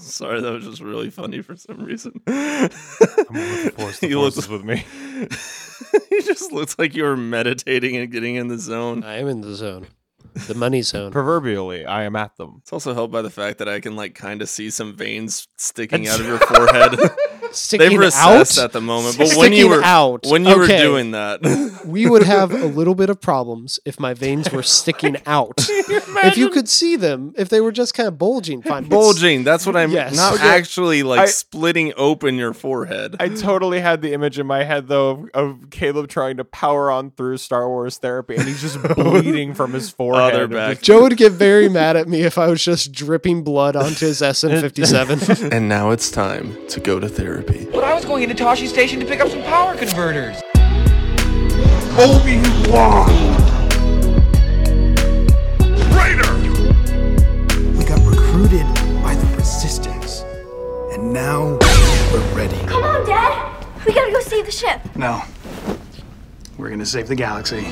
Sorry, that was just really funny for some reason. I'm looking force the You look- forces with me. he just looks like you were meditating and getting in the zone. I am in the zone, the money zone. Proverbially, I am at them. It's also helped by the fact that I can like kind of see some veins sticking out of your forehead. Sticking They've recessed out? at the moment, but Sticking when you were out. when you were Okay. doing that, we would have a little bit of problems if my veins were sticking out. if you could see them, if they were just kind of bulging, fine. But bulging. That's what I'm Yes. not Okay. actually like I- splitting open your forehead. I totally had the image in my head though of, of Caleb trying to power on through Star Wars therapy, and he's just bleeding from his forehead. Other and back. Joe would get very mad at me if I was just dripping blood onto his SN57. And now it's time to go to therapy. But I was going into Toshi Station to pick up some power converters. Obi-Wan! Raider! We got recruited by the Resistance, and now we're ready. Come on, Dad. We gotta go save the ship. No, we're gonna save the galaxy.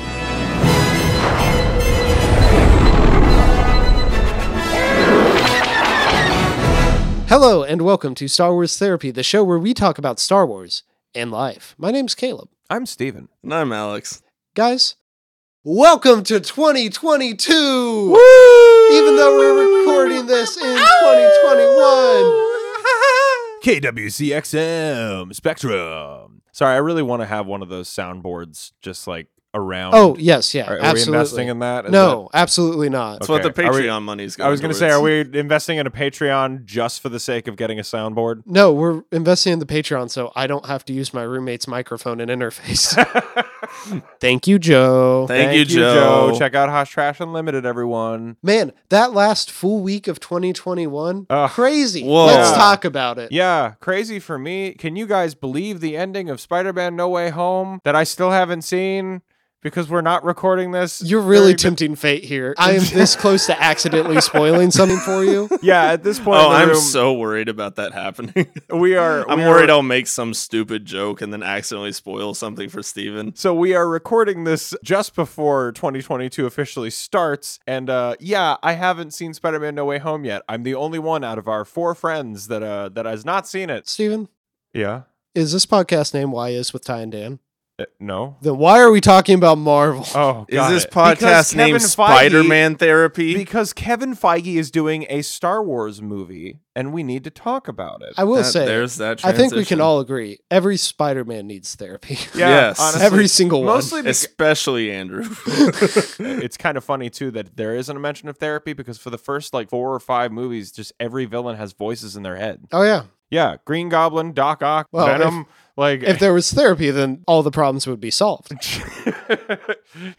Hello, and welcome to Star Wars Therapy, the show where we talk about Star Wars and life. My name's Caleb. I'm Steven. And I'm Alex. Guys, welcome to 2022! Even though we're recording this in 2021. KWCXM Spectrum. Sorry, I really want to have one of those soundboards just like around. Oh, yes, yeah. Are- are we absolutely. investing in that? Is no, absolutely not. That's what Okay. the Are we- Patreon money's going. I was going to say, towards. are we investing in a Patreon just for the sake of getting a soundboard? No, we're investing in the Patreon so I don't have to use my roommate's microphone and interface. Thank you, Joe. Thank, you, Joe. Check out Hosh Trash Unlimited, everyone. Man, that last full week of 2021, Ugh. crazy. Whoa. Let's Yeah. talk about it. Yeah, crazy for me. Can you guys believe the ending of Spider-Man No Way Home that I still haven't seen because we're not recording this? You're really during tempting fate here. I am this close to accidentally spoiling something for you. the- yeah, at this point, Oh, in the I'm room, so worried about that happening. we are. I'm we worried Are, I'll make some stupid joke and then accidentally spoil something for Steven. so we are recording this just before 2022 officially starts, and uh, yeah, I haven't seen Spider-Man No Way Home yet. I'm the only one out of our four friends that uh, that has not seen it. Steven, Yeah. is this podcast name Why Is with Ty and Dan? Uh, no. Then why are we talking about Marvel? Oh, Is got this it. Because podcast Kevin named Feige- Spider Man Therapy? Because Kevin Feige is doing a Star Wars movie, and we need to talk about it. I will That- say, there's that I think we transition. can all agree every Spider Man needs therapy. Yes. Every single one. Mostly because Especially Andrew. it's kind of funny too that there isn't a mention of therapy because for the first like four or five movies, just every villain has voices in their head. Oh, yeah. Yeah, Green Goblin, Doc Ock, Well, if- Venom. like, if there was therapy, then all the problems would be solved.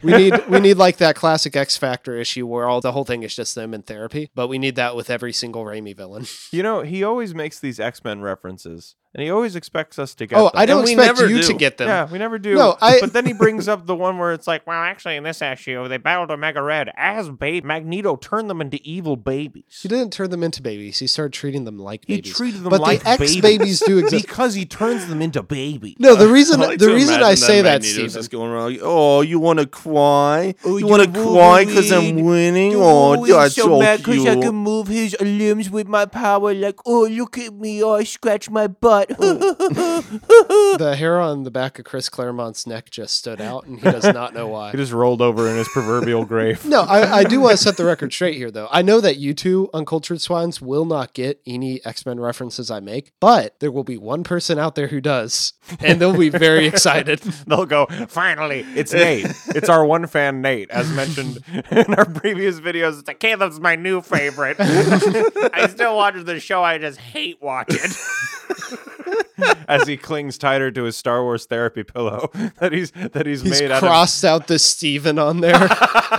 we need we need like that classic X Factor issue where all the whole thing is just them in therapy, but we need that with every single Raimi villain. you know, he always makes these X Men references, and he always expects us to get. oh, them. I don't we expect never you do. to get them. Yeah, we never do. No, I- But then he brings up the one where it's like, well, actually, in this issue, they battled Omega Red as babe. Magneto turned them into evil babies. He didn't turn them into babies. He started treating them like He babies. treated them but like the X babies do exist. because he turns them into babies. No, the reason like the to reason imagine I say that, Magneto's Steven, just going around like, oh, you want to cry? Oh, you want to you cry because I'm Wolverine. winning? Oh, that's so, I cute. can move his limbs with my power. Like, oh, look at me. I scratch my butt. Oh, the hair on the back of Chris Claremont's neck just stood out, and he does not know why. just rolled over in his proverbial grave. No, I, I do want to set the record straight here, though. I know that you two uncultured swines will not get any X Men references I make, but there will be one person out there who does, and they'll be very excited. They'll go, finally, it's Nate. It's our one fan, Nate, as mentioned in our previous videos. It's like, Caleb's my new favorite. I still watch the show. I just hate watching. as he clings tighter to his Star Wars therapy pillow that he's that he's, He's made out of crossed out the Steven on there.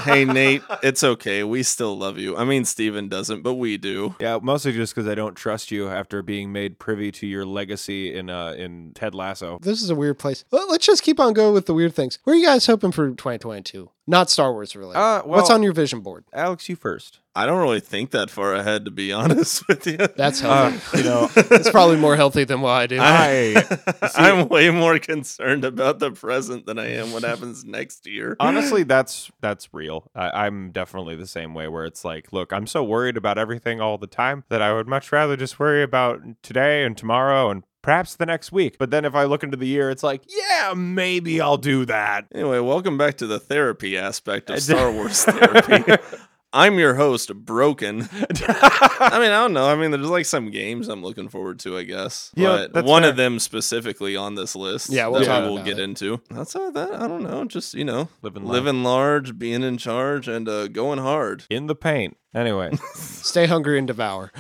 hey, Nate, it's okay. We still love you. I mean, Steven doesn't, but we do. Yeah, mostly just because I don't trust you after being made privy to your legacy in uh, in Ted Lasso. this is a weird place. Let- Let's just keep on going with the weird things. What are you guys hoping for 2022? Not Star Wars related. Uh, well- What's on your vision board? Alex, you first. I don't really think that far ahead, to be honest with you. That's healthy. you know, it's probably more healthy than what I do. uh, I I'm way more concerned about the present than I am what happens next year. honestly that's that's real I, i'm definitely the same way where it's like look i'm so worried about everything all the time that i would much rather just worry about today and tomorrow and perhaps the next week but then if i look into the year it's like yeah maybe i'll do that Anyway, welcome back to the therapy aspect of Star Wars therapy. I'm your host, Broken. I mean, I don't know. I mean, there's like some games I'm looking forward to, I guess. Yeah, but that's one fair. of them specifically on this list. Yeah, we'll that talk we will about get it. into. Outside of that, I don't know. Just you know, Living large. living large, being in charge, and uh, going hard. in the paint anyway Stay hungry and devour.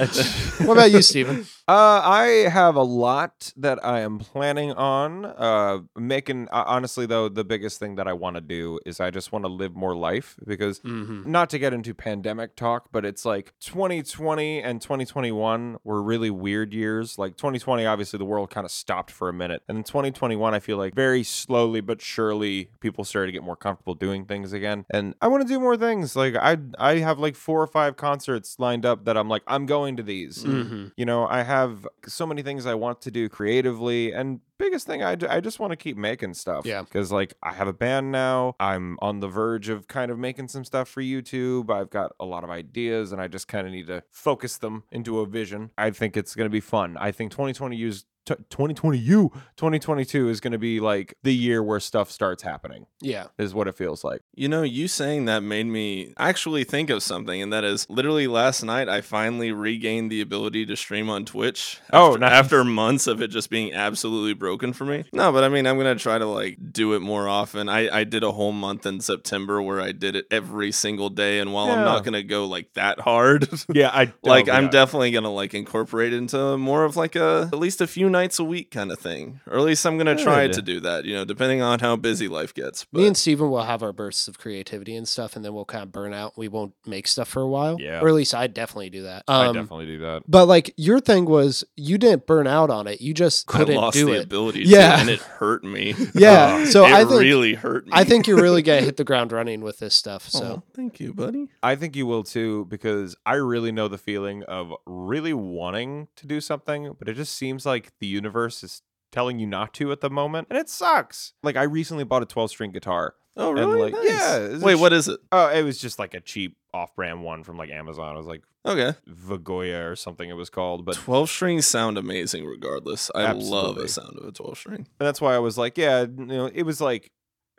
what about you, Steven? Uh, I have a lot that I am planning on. Uh, making uh, honestly though, the biggest thing that I want to do is I just want to live more life because not to get into pandemic talk, but it's like 2020 and 2021 were really weird years. Like 2020, obviously the world kind of stopped for a minute, and in 2021, I feel like very slowly but surely people started to get more comfortable doing things again. And I want to do more things. Like I, I have like four or five concerts lined up that I'm like I'm going to these. Mm-hmm. You know, I have so many things I want to do creatively, and biggest thing I, d- I just want to keep making stuff. Yeah. because like I have a band now. I'm on the verge of kind of making some stuff for YouTube. I've got a lot of ideas, and I just kind of need to focus them into a vision. I think it's gonna be fun. I think 2020 used. T- 2020 you 2022 is going to be like the year where stuff starts happening Yeah. is what it feels like You know, you saying that made me actually think of something, and that is literally last night I finally regained the ability to stream on Twitch. Oh, after, nice. after months of it just being absolutely broken for me. No, but I mean, I'm gonna try to like do it more often. I I did a whole month in September where I did it every single day, and while I'm Yeah. not gonna go like that hard. yeah i Like I'm definitely gonna like incorporate it into more of like a at least a few nights a week kind of thing, or at least I'm gonna try Good. to do that. You know, depending on how busy life gets. Me and Steven will have our bursts of creativity and stuff, and then we'll kind of burn out. We won't make stuff for a while. Yeah. Or at least I definitely do that. i Um, definitely do that But like your thing was you didn't burn out on it. You just couldn't I lost do the it. ability Yeah. to, and it hurt me. Oh, Yeah. so it I think really hurt me. I think you're really gonna hit the ground running with this stuff. Oh, Aw, So thank you, buddy. I think you will too, because I really know the feeling of really wanting to do something, but it just seems like the universe is telling you not to at the moment, and it sucks. Like I recently bought a 12 string guitar. Oh, And, really? like, Nice. yeah, it's Wait, a sh- what is it? Oh, it was just like a cheap off-brand one from like Amazon. It was like Okay. Vagoya or something it was called, but 12 strings sound amazing regardless. I love Absolutely. the sound of a 12 string. And that's why I was like, yeah, you know, it was like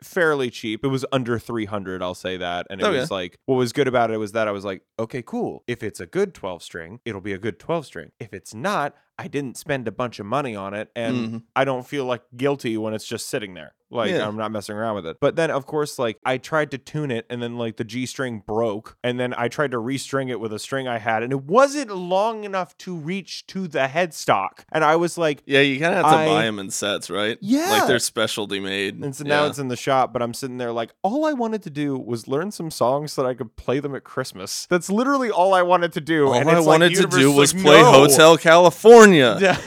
fairly cheap. It was under 300, I'll say that. And it Okay. was like, what was good about it was that I was like, okay, cool. If it's a good 12 string, it'll be a good 12 string. If it's not, I didn't spend a bunch of money on it and Mhm. I don't feel like guilty when it's just sitting there. Like Yeah. I'm not messing around with it. But then of course like I tried to tune it and then like the G string broke and then I tried to restring it with a string I had and it wasn't long enough to reach to the headstock. And I was like Yeah, you kind of have to buy 'em I- buy them in sets, right? Yeah. Like they're specialty made. And so now Yeah. it's in the shop, but I'm sitting there like, all I wanted to do was learn some songs so that I could play them at Christmas. That's literally all I wanted to do. all and I it's like wanted to universe do is was like, play "No." Hotel California Yeah.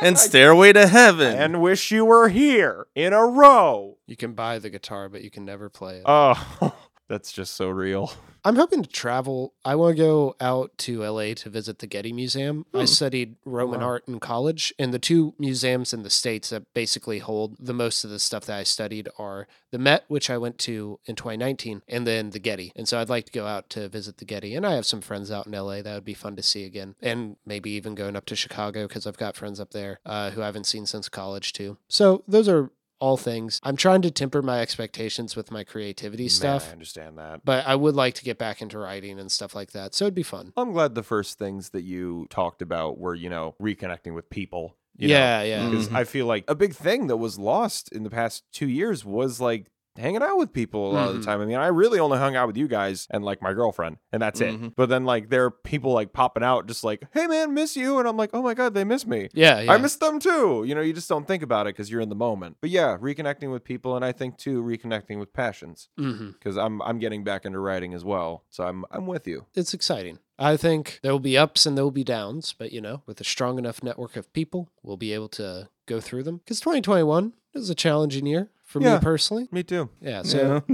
and Stairway to Heaven. and wish you were here in a row. you can buy the guitar, but you can never play it. Oh, that's just so real. I'm hoping to travel. I want to go out to LA to visit the Getty Museum. I studied Roman art in college, and the two museums in the States that basically hold the most of the stuff that I studied are the Met, which I went to in 2019, and then the Getty. And so I'd like to go out to visit the Getty. And I have some friends out in LA that would be fun to see again, and maybe even going up to Chicago because I've got friends up there uh, who I haven't seen since college, too. So those are all things. I'm trying to temper my expectations with my creativity stuff Man, I understand that. but I would like to get back into writing and stuff like that. So it'd be fun. I'm glad the first things that you talked about were, you know, reconnecting with people. you know? Mm. yeah, yeah. because I feel like a big thing that was lost in the past two years was like hanging out with people a lot of the Mhm. time. I mean, I really only hung out with you guys and like my girlfriend, and that's Mhm. Mm-hmm. it. But then like there are people like popping out, just like, "Hey man, miss you," and I'm like, "Oh my god, they miss me." Yeah, yeah. I miss them too. You know, you just don't think about it because you're in the moment. But yeah, reconnecting with people, and I think too reconnecting with passions hmm because I'm I'm getting back into writing as well. So I'm I'm with you. It's exciting. I think there will be ups and there will be downs, but you know, with a strong enough network of people, we'll be able to go through them. Because 2021 is a challenging year for Yeah. me personally. Me too. Yeah. So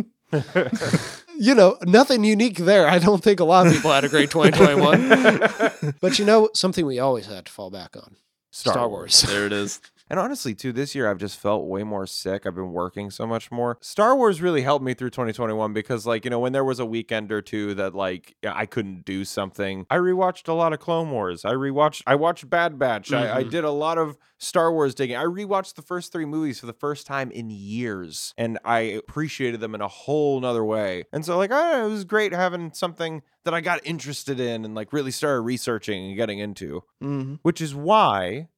you know, nothing unique there. I don't think a lot of people had a great 2021. but you know, something we always had to fall back on Star, Wars. There it is. And honestly, too, this year I've just felt way more sick. I've been working so much more. Star Wars really helped me through 2021 because, like, you know, when there was a weekend or two that, like, I couldn't do something, I rewatched a lot of Clone Wars. I rewatched, I watched Bad Batch. I, I did a lot of Star Wars digging. I rewatched the first three movies for the first time in years and I appreciated them in a whole nother way. And so, like, I don't know, it was great having something that I got interested in and, like, really started researching and getting into, which is why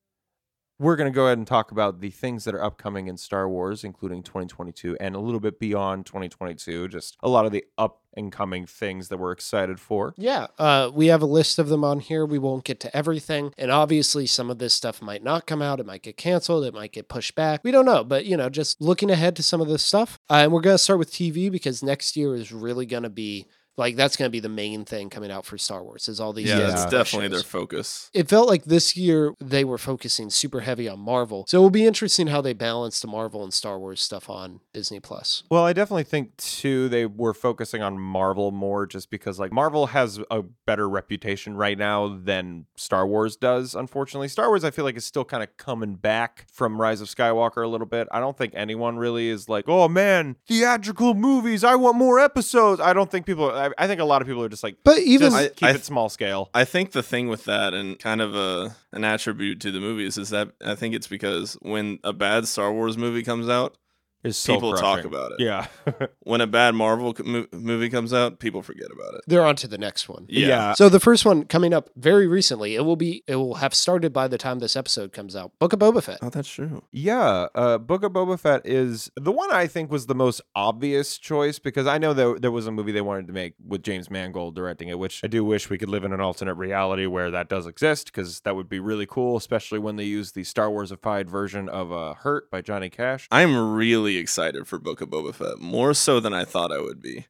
we're going to go ahead and talk about the things that are upcoming in Star Wars, including 2022 and a little bit beyond 2022, just a lot of the up and coming things that we're excited for. Yeah, uh, we have a list of them on here. We won't get to everything. And obviously, some of this stuff might not come out. It might get canceled. It might get pushed back. We don't know. But, you know, just looking ahead to some of this stuff. Uh, and we're going to start with TV because next year is really going to be like, that's going to be the main thing coming out for Star Wars is all these. Yeah, different that's shows. definitely their focus. It felt like this year they were focusing super heavy on Marvel. So it will be interesting how they balance the Marvel and Star Wars stuff on Disney Plus. Well, I definitely think too they were focusing on Marvel more just because like Marvel has a better reputation right now than Star Wars does, unfortunately. Star Wars I feel like is still kind of coming back from Rise of Skywalker a little bit. I don't think anyone really is like, "Oh man, theatrical movies, I want more episodes." I don't think people I, I think a lot of people are just like But even just I- keep it small scale. I think the thing with that and kind of a an attribute to the movies is that I think it's because when a bad Star Wars movie comes out, It's so people talk crushing. about it. Yeah. when a bad Marvel co- mo- movie comes out, people forget about it. they're on to the next one. Yeah. Uh, So the first one coming up very recently, it will be it will have started by the time this episode comes out. Book of Boba Fett. Oh, that's true. Yeah, uh, Book of Boba Fett is the one I think was the most obvious choice because I know there, there was a movie they wanted to make with James Mangold directing it, which I do wish we could live in an alternate reality where that does exist because that would be really cool, especially when they use the Star Warsified version of uh, Hurt by Johnny Cash. I'm really excited for Book of Boba Fett, more so than I thought I would be.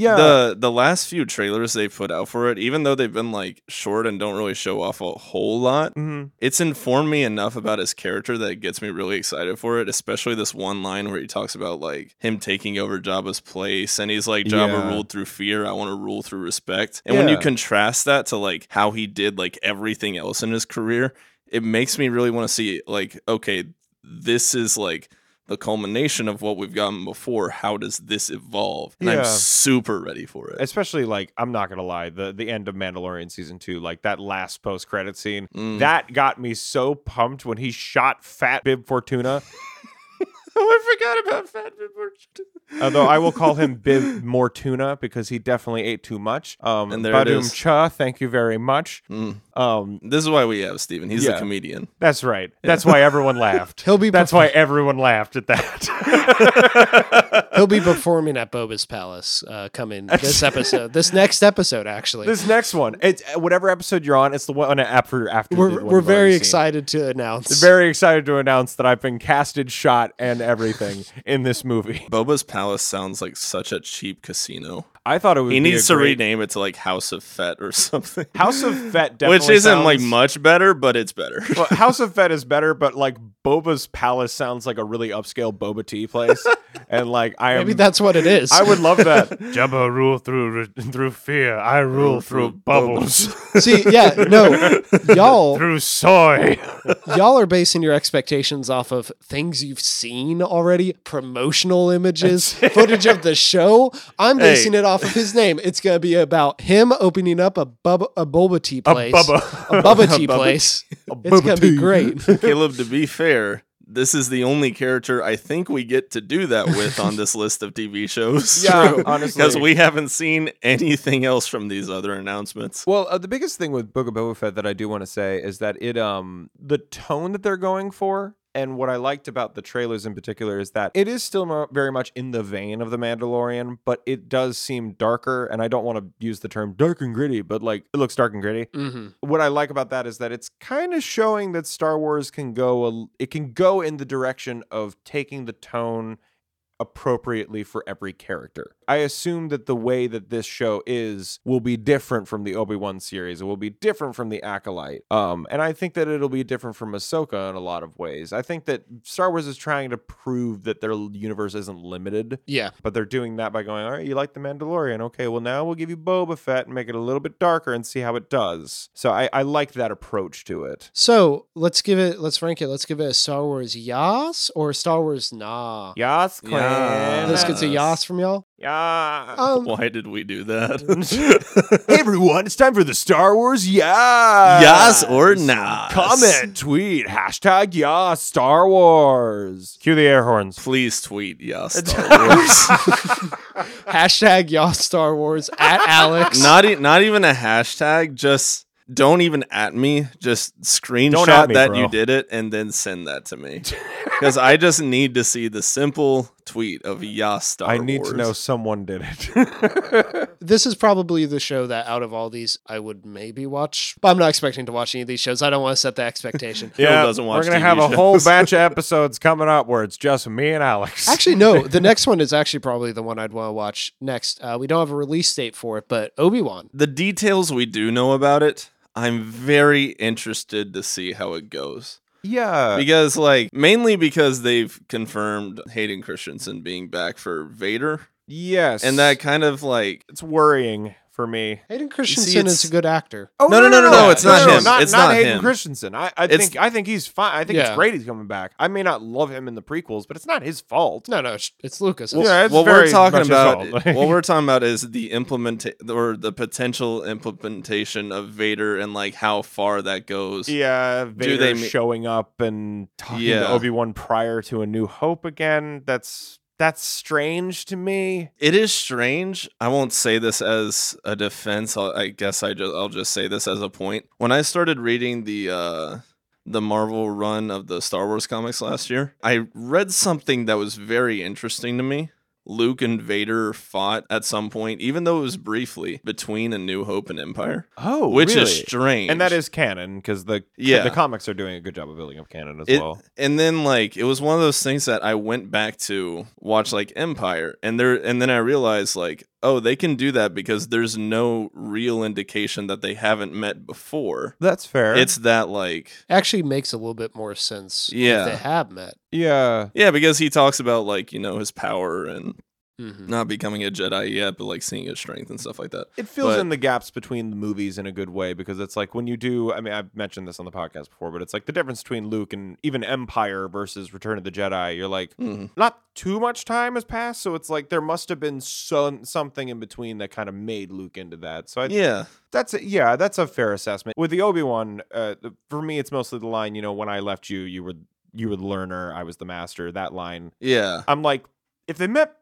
Yeah, The the last few trailers they put out for it, even though they've been like short and don't really show off a whole lot, Mhm. it's informed me enough about his character that it gets me really excited for it, especially this one line where he talks about like him taking over Jabba's place and he's like Jabba Yeah. ruled through fear, I want to rule through respect. And when you Yeah. contrast that to like how he did like everything else in his career, it makes me really want to see like okay, this is like the culmination of what we've gotten before. How does this evolve? And Yeah. I'm super ready for it. especially like I'm not gonna lie, the the end of Mandalorian season two, like that last post credit scene, Mm. that got me so pumped when he shot Fat Bib Fortuna. oh, I forgot about Fat Bib Although I will call him Bib Mortuna because he definitely ate too much. Um, And there it Badum is. Cha, thank you very much. Mm. Um, This is why we have Steven. He's Yeah. the comedian. that's right. That's why everyone laughed. He'll be That's why everyone laughed at that. He'll be performing at Boba's Palace uh, coming this episode, this next episode actually. this next one, it's uh, whatever episode you're on. It's the one uh, after after. the we're one we're you've already very seen. excited to announce. Very excited to announce that I've been casted, shot, and everything in this movie. Boba's Palace sounds like such a cheap casino. I thought it would. He be needs a to great- rename it to like House of Fett or something. House of Fett, definitely Which isn't like sounds- much better, but it's better. Well, House of Fed is better, but like Boba's Palace sounds like a really upscale boba tea place, and like I am. Maybe that's what it is. I would love that. Jabba rule through through fear. I rule through bubbles, see. Yeah, no, y'all, through soy. y'all are basing your expectations off of things you've seen already, promotional images, footage of the show. I'm basing it off of his name. It's gonna be about him opening up a bub a boba tea place, bubba. a bubba tea place. It's gonna be great. Caleb, to be fair, this is the only character I think we get to do that with on this list of TV shows. Yeah, honestly. Because we haven't seen anything else from these other announcements. Well, uh, the biggest thing with Book of Boba Fett that I do want to say is that it um the tone that they're going for and what I liked about the trailers in particular is that it is still mo- very much in the vein of the Mandalorian, but it does seem darker and I don't want to use the term dark and gritty, but like it looks dark and gritty. Mhm. What I like about that is that it's kind of showing that Star Wars can go a, it can go in the direction of taking the tone appropriately for every character. I assume that the way that this show is will be different from the Obi Wan series. It will be different from the Acolyte. Um, and I think that it'll be different from Ahsoka in a lot of ways. I think that Star Wars is trying to prove that their universe isn't limited. Yeah. But they're doing that by going, all right, you like The Mandalorian. Okay, well, now we'll give you Boba Fett and make it a little bit darker and see how it does. So I, I like that approach to it. So let's give it, let's rank it. Let's give it a Star Wars yas or a Star Wars nah. Yas, Queen. This gets a Yes. yas from y'all. Yeah. Um, Why did we do that? hey, everyone, it's time for the Star Wars Yas. Yas or nah? Comment, tweet, hashtag Yas Star Wars. Cue the air horns. Please tweet yes. Star Wars. hashtag yas Star Wars at Alex. not e- not even a hashtag. Just don't even at me. Just screenshot at me, that bro. you did it and then send that to me because I just need to see the simple tweet of yes. Star I need Wars. to know someone did it. this is probably the show that out of all these I would maybe watch. But I'm not expecting to watch any of these shows. I don't want to set the expectation. Yeah, doesn't watch we're gonna TV have a whole shows. batch of episodes coming up where it's just me and Alex. Actually, no. The next one is actually probably the one I'd want to watch next. Uh, we don't have a release date for it, but Obi Wan. the details we do know about it. I'm very interested to see how it goes. yeah, because like mainly because they've confirmed Hayden Christensen being back for Vader, yes, and that kind of like it's worrying for me. Hayden See, Christensen it's- is a good actor. Oh No, no, no, no, no, it's not him. Not, It's not not Hayden him. Christensen. I, I It's- think I think he's fine. I think it's Yeah. great he's coming back. I may not love him in the prequels, but it's not his fault. No, no, it's, it's Lucas. Well, It's- yeah, it's what very we're talking much his about. fault. what we're talking about is the implementation or the potential implementation of Vader and like how far that goes. Yeah, Vader they ma- showing up and talking to Yeah. Obi Wan prior to A New Hope again. That's that's strange to me. It is strange. I won't say this as a defense. I'll, I guess I just I'll just say this as a point. When I started reading the uh the Marvel run of the Star Wars comics last year, I read something that was very interesting to me. Luke and Vader fought at some point, even though it was briefly between A New Hope and Empire, Oh, which is strange. and that is canon because the Yeah. the comics are doing a good job of building up canon as It- well. and then like it was one of those things that I went back to watch like Empire and there and then I realized like oh they can do that because there's no real indication that they haven't met before. That's fair. It's that like actually makes a little bit more sense. Yeah. if they have met. yeah. yeah because he talks about like you know his power and Mhm. not becoming a Jedi yet but like seeing his strength and stuff like that. It fills But- in the gaps between the movies in a good way because it's like when you do. I mean, I've mentioned this on the podcast before, but it's like the difference between Luke and even Empire versus Return of the Jedi. You're like, Mhm. not too much time has passed, so it's like there must have been some something in between that kind of made Luke into that. So I, Yeah. that's a, yeah, that's a fair assessment. With the Obi Wan, uh, the- for me, it's mostly the line, you know, when I left you, you were you were the learner, I was the master. That line, Yeah. I'm like, if they met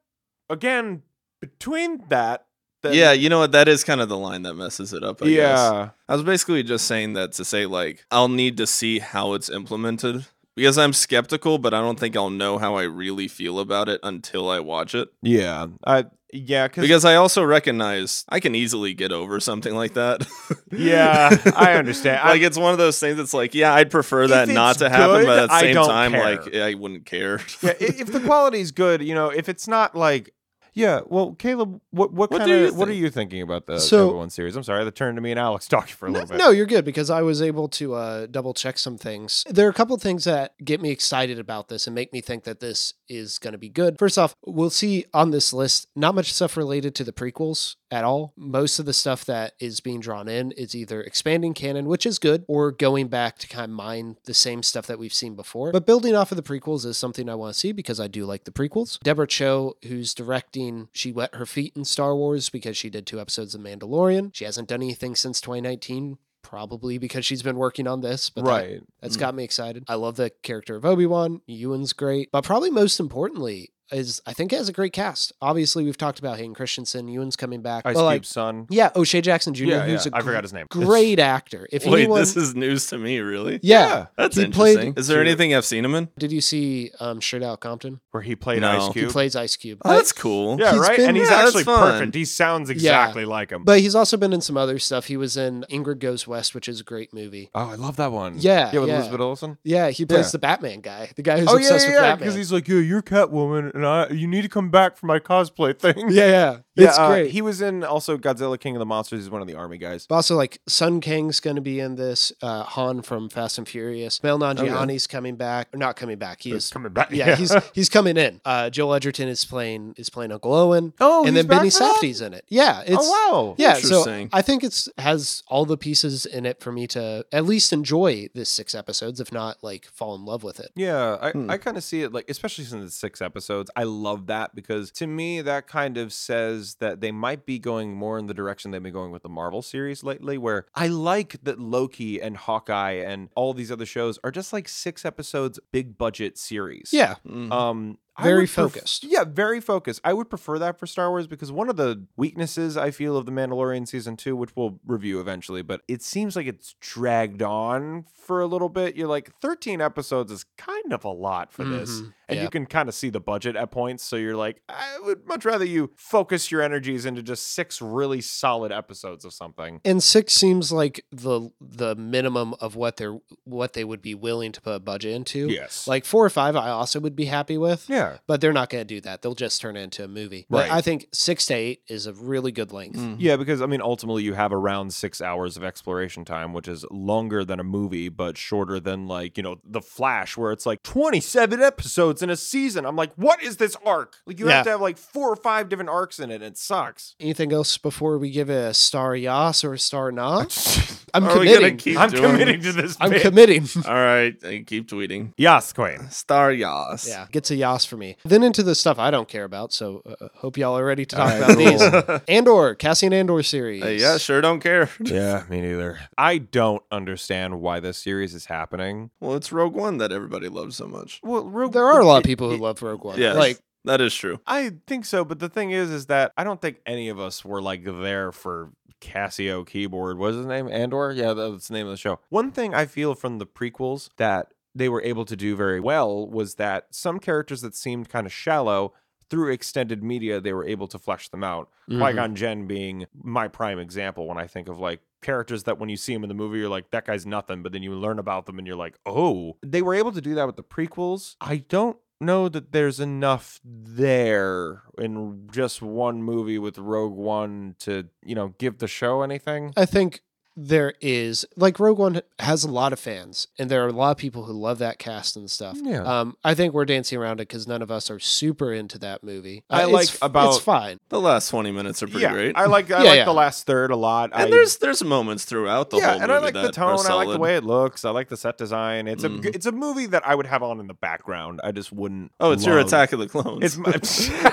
again between that, then yeah, you know what? That is kind of the line that messes it up. I guess. yeah, I was basically just saying that to say like I'll need to see how it's implemented because I'm skeptical, but I don't think I'll know how I really feel about it until I watch it. yeah, I yeah, cause, Because I also recognize I can easily get over something like that. Yeah, I understand. like I- it's one of those things that's like, yeah, I'd prefer that If not it's to happen, good, but at the I same don't time, care. like I wouldn't care. yeah, i- if the quality's good, you know, if it's not like. Yeah, well, Caleb, what what, What do kind of you what are think? you thinking about the So- Obi Wan series? I'm sorry, that turned to me and Alex talking for a No, little bit. no, you're good because I was able to uh, double check some things. There are a couple things that get me excited about this and make me think that this is going to be good. First off, we'll see on this list not much stuff related to the prequels at all. Most of the stuff that is being drawn in is either expanding canon, which is good, or going back to kind of mine the same stuff that we've seen before. But building off of the prequels is something I want to see because I do like the prequels. Deborah Cho, who's directing, she wet her feet in Star Wars because she did two episodes of Mandalorian. She hasn't done anything since 2019. Probably because she's been working on this, but that- right? that's got me excited. Mm. I love the character of Obi Wan. Ewan's great, but probably most importantly is I think it has a great cast. Obviously, we've talked about Hayden Christensen. Ewan's coming back. Ice but, like, Cube's son. yeah, O'Shea Jackson Jr. Yeah, who's yeah, a I forgot his name. great actor. If Wait, anyone, this is news to me, really. yeah. Yeah. That's He played- interesting. is there anything I've seen him in? Did you see um, Straight Out Compton? where he played No. Ice He Cube. He plays Ice Cube. Oh, that's I- cool. yeah, He's right. been- and he's Yeah, that's actually fun. perfect. He sounds exactly like him. But he's also been in some other stuff. He was in Ingrid Goes West, which is a great movie. oh, I love that one. Yeah, yeah, with yeah. Elizabeth Olsen. Yeah, he plays Yeah. the Batman guy, the guy who's Oh yeah, obsessed yeah, with because Batman. he's like, yeah, you're Catwoman, and I, you need to come back for my cosplay thing. yeah, yeah. Yeah, It's uh, great. he was in also Godzilla King of the Monsters. He's one of the army guys. But also, like Sun Kang's going to be in this. Uh, Han from Fast and Furious. Mel Oh, Nanjiani's coming back. Or not coming back. He is coming back. Yeah, he's he's coming in. Uh, Joel Edgerton is playing is playing Uncle Owen. Oh, and he's then Benny back for that? Safdie's in it. Yeah, it's oh wow. yeah. So Interesting. I think it's has all the pieces in it for me to at least enjoy this six episodes, if not like fall in love with it. Yeah, I, Hmm. I kind of see it like, especially since it's six episodes. I love that because to me, that kind of says that they might be going more in the direction they've been going with the Marvel series lately, where I like that Loki and Hawkeye and all these other shows are just like six episodes, big budget series. Yeah, Mm. Um, I Mm-hmm. Very would pref- focused. yeah, very focused. I would prefer that for Star Wars because one of the weaknesses I feel of The Mandalorian season two, which we'll review eventually, but it seems like it's dragged on for a little bit. You're like, 13 episodes is kind of a lot for this. Mhm. And you Yeah. can kind of see the budget at points. So you're like, I would much rather you focus your energies into just six really solid episodes of something. and six seems like the the minimum of what they're what they would be willing to put a budget into. Yes. like four or five, I also would be happy with. yeah. But they're not going to do that. They'll just turn it into a movie. Right. But I think six to eight is a really good length. Mm. Yeah, because I mean, ultimately, you have around six hours of exploration time, which is longer than a movie, but shorter than like you know the Flash, where it's like twenty-seven episodes in a season. I'm like, what is this arc? Like, you Yeah. have to have like four or five different arcs in it. And it sucks. Anything else before we give it a star yes or a star nah? I'm Are we gonna committing. keep I'm doing committing this? to this. I'm bit. committing. All right, I keep tweeting. Yas Queen. Star Yas. yeah, gets a yas for me. Then into the stuff I don't care about. So uh, hope y'all are ready to talk right, about these. cool. Andor, Cassian Andor series. Uh, yeah, sure don't care. Yeah, me neither. I don't understand why this series is happening. Well, it's Rogue One that everybody loves so much. Well, Rogue, There are a lot of it- people who it- love Rogue One. Yeah, Like, that is true. I think so, but the thing is, is that I don't think any of us were like there for Casio keyboard. What is his name? Andor? Yeah, that's the name of the show. One thing I feel from the prequels that they were able to do very well was that some characters that seemed kind of shallow through extended media, they were able to flesh them out. Qui mhm. Gon Jinn being my prime example when I think of like characters that when you see him in the movie, you're like, that guy's nothing. But then you learn about them and you're like, oh, they were able to do that with the prequels. I don't know that there's enough there in just one movie with Rogue One to, you know, give the show anything. I think there is like Rogue One has a lot of fans, and there are a lot of people who love that cast and stuff. Yeah. Um, I think we're dancing around it because none of us are super into that movie. I it's like f- about- it's fine. The last 20 minutes are pretty yeah, great. I like I Yeah, like yeah. the last third a lot. I, and there's there's moments throughout the yeah, whole and movie I like that the tone. Are I like the solid. way it looks. I like the set design. It's a Mhm. it's a movie that I would have on in the background. I just wouldn't. Oh, it's your love. Attack of the Clones. It's my.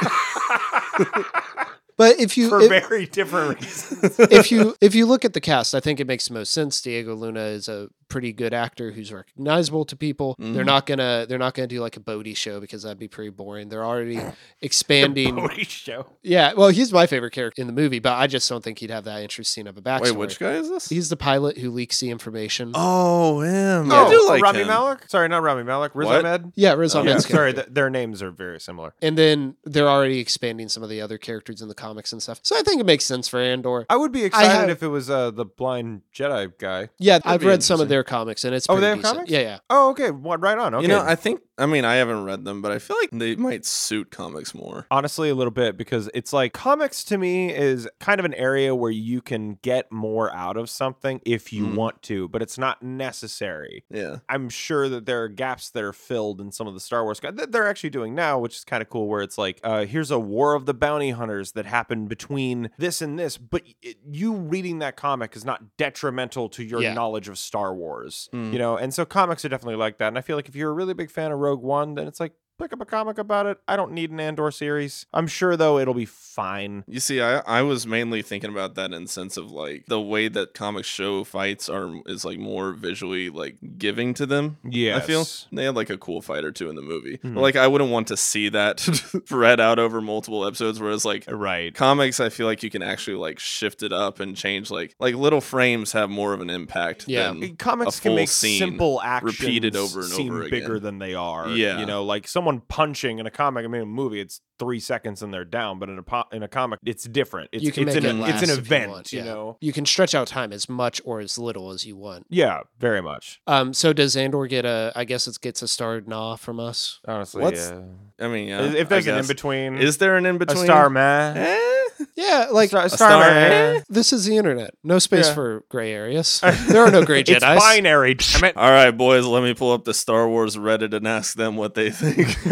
But if you for if, very different reasons. if you if you look at the cast, I think it makes the most sense. Diego Luna is a pretty good actor who's recognizable to people. They're Mm-hmm. Mhm. not gonna they're not gonna do like a Bodhi show because that'd be pretty boring. They're already expanding. show. Yeah, well, he's my favorite character in the movie, but I just don't think he'd have that interesting of a backstory. Wait, which guy is this? He's the pilot who leaks the information. oh, him. Oh, I do like Rami him. Malek. Sorry, not Rami Malek. Riz What? Ahmed. Yeah, Riz Oh, Yeah, Ahmed's sorry, character. th- their names are very similar. and then they're already expanding some of the other characters in the comics and stuff. So I think it makes sense for Andor. I would be excited have- if it was uh, the blind Jedi guy. Yeah, That'd I've be read some of interesting. their comics and it's Oh, pretty they have decent. comics? Yeah, yeah. Oh, okay. What? Right on. Okay. You know, I think I mean I haven't read them, but I feel like they might suit comics more. honestly a little bit because it's like comics to me is kind of an area where you can get more out of something if you Mm. want to, but it's not necessary. Yeah. I'm sure that there are gaps that are filled in some of the Star Wars that they're actually doing now, which is kind of cool. Where it's like, uh, here's a War of the Bounty Hunters that happened between this and this, but it, you reading that comic is not detrimental to your Yeah. knowledge of Star Wars, Mm. you know. And so comics are definitely like that. And I feel like if you're a really big fan of Rogue One, then it's like pick up a comic about it. I don't need an Andor series. I'm sure though it'll be fine. You see, I, I was mainly thinking about that in sense of like the way that comics show fights are is like more visually like giving to them. Yeah, I feel they had like a cool fight or two in the movie. Mhm. But, Like I wouldn't want to see that spread out over multiple episodes. Whereas like right. comics, I feel like you can actually like shift it up and change like like little frames have more of an impact. Yeah. Than, comics a can full make scene simple actions repeated over and seem over bigger again. than they are. Yeah. you know, like someone punching in a comic. I mean, a movie, it's three seconds and they're down, but in a po- in a comic, it's different. It's you can it's make an it it's last an if event. You, want, you yeah. know, you can stretch out time as much or as little as you want. yeah, very much. Um, so does Andor get a? I guess it gets a star nah from us. Honestly, What's- I mean, yeah, if I there's an in guess. between, is there an in a between? star man? Eh? Yeah, like Star- star, Starman. this is the internet. No space Yeah. for gray areas. There are no gray Jedi's. It's binary. Damn it. All right, boys, let me pull up the Star Wars Reddit and ask them what they think.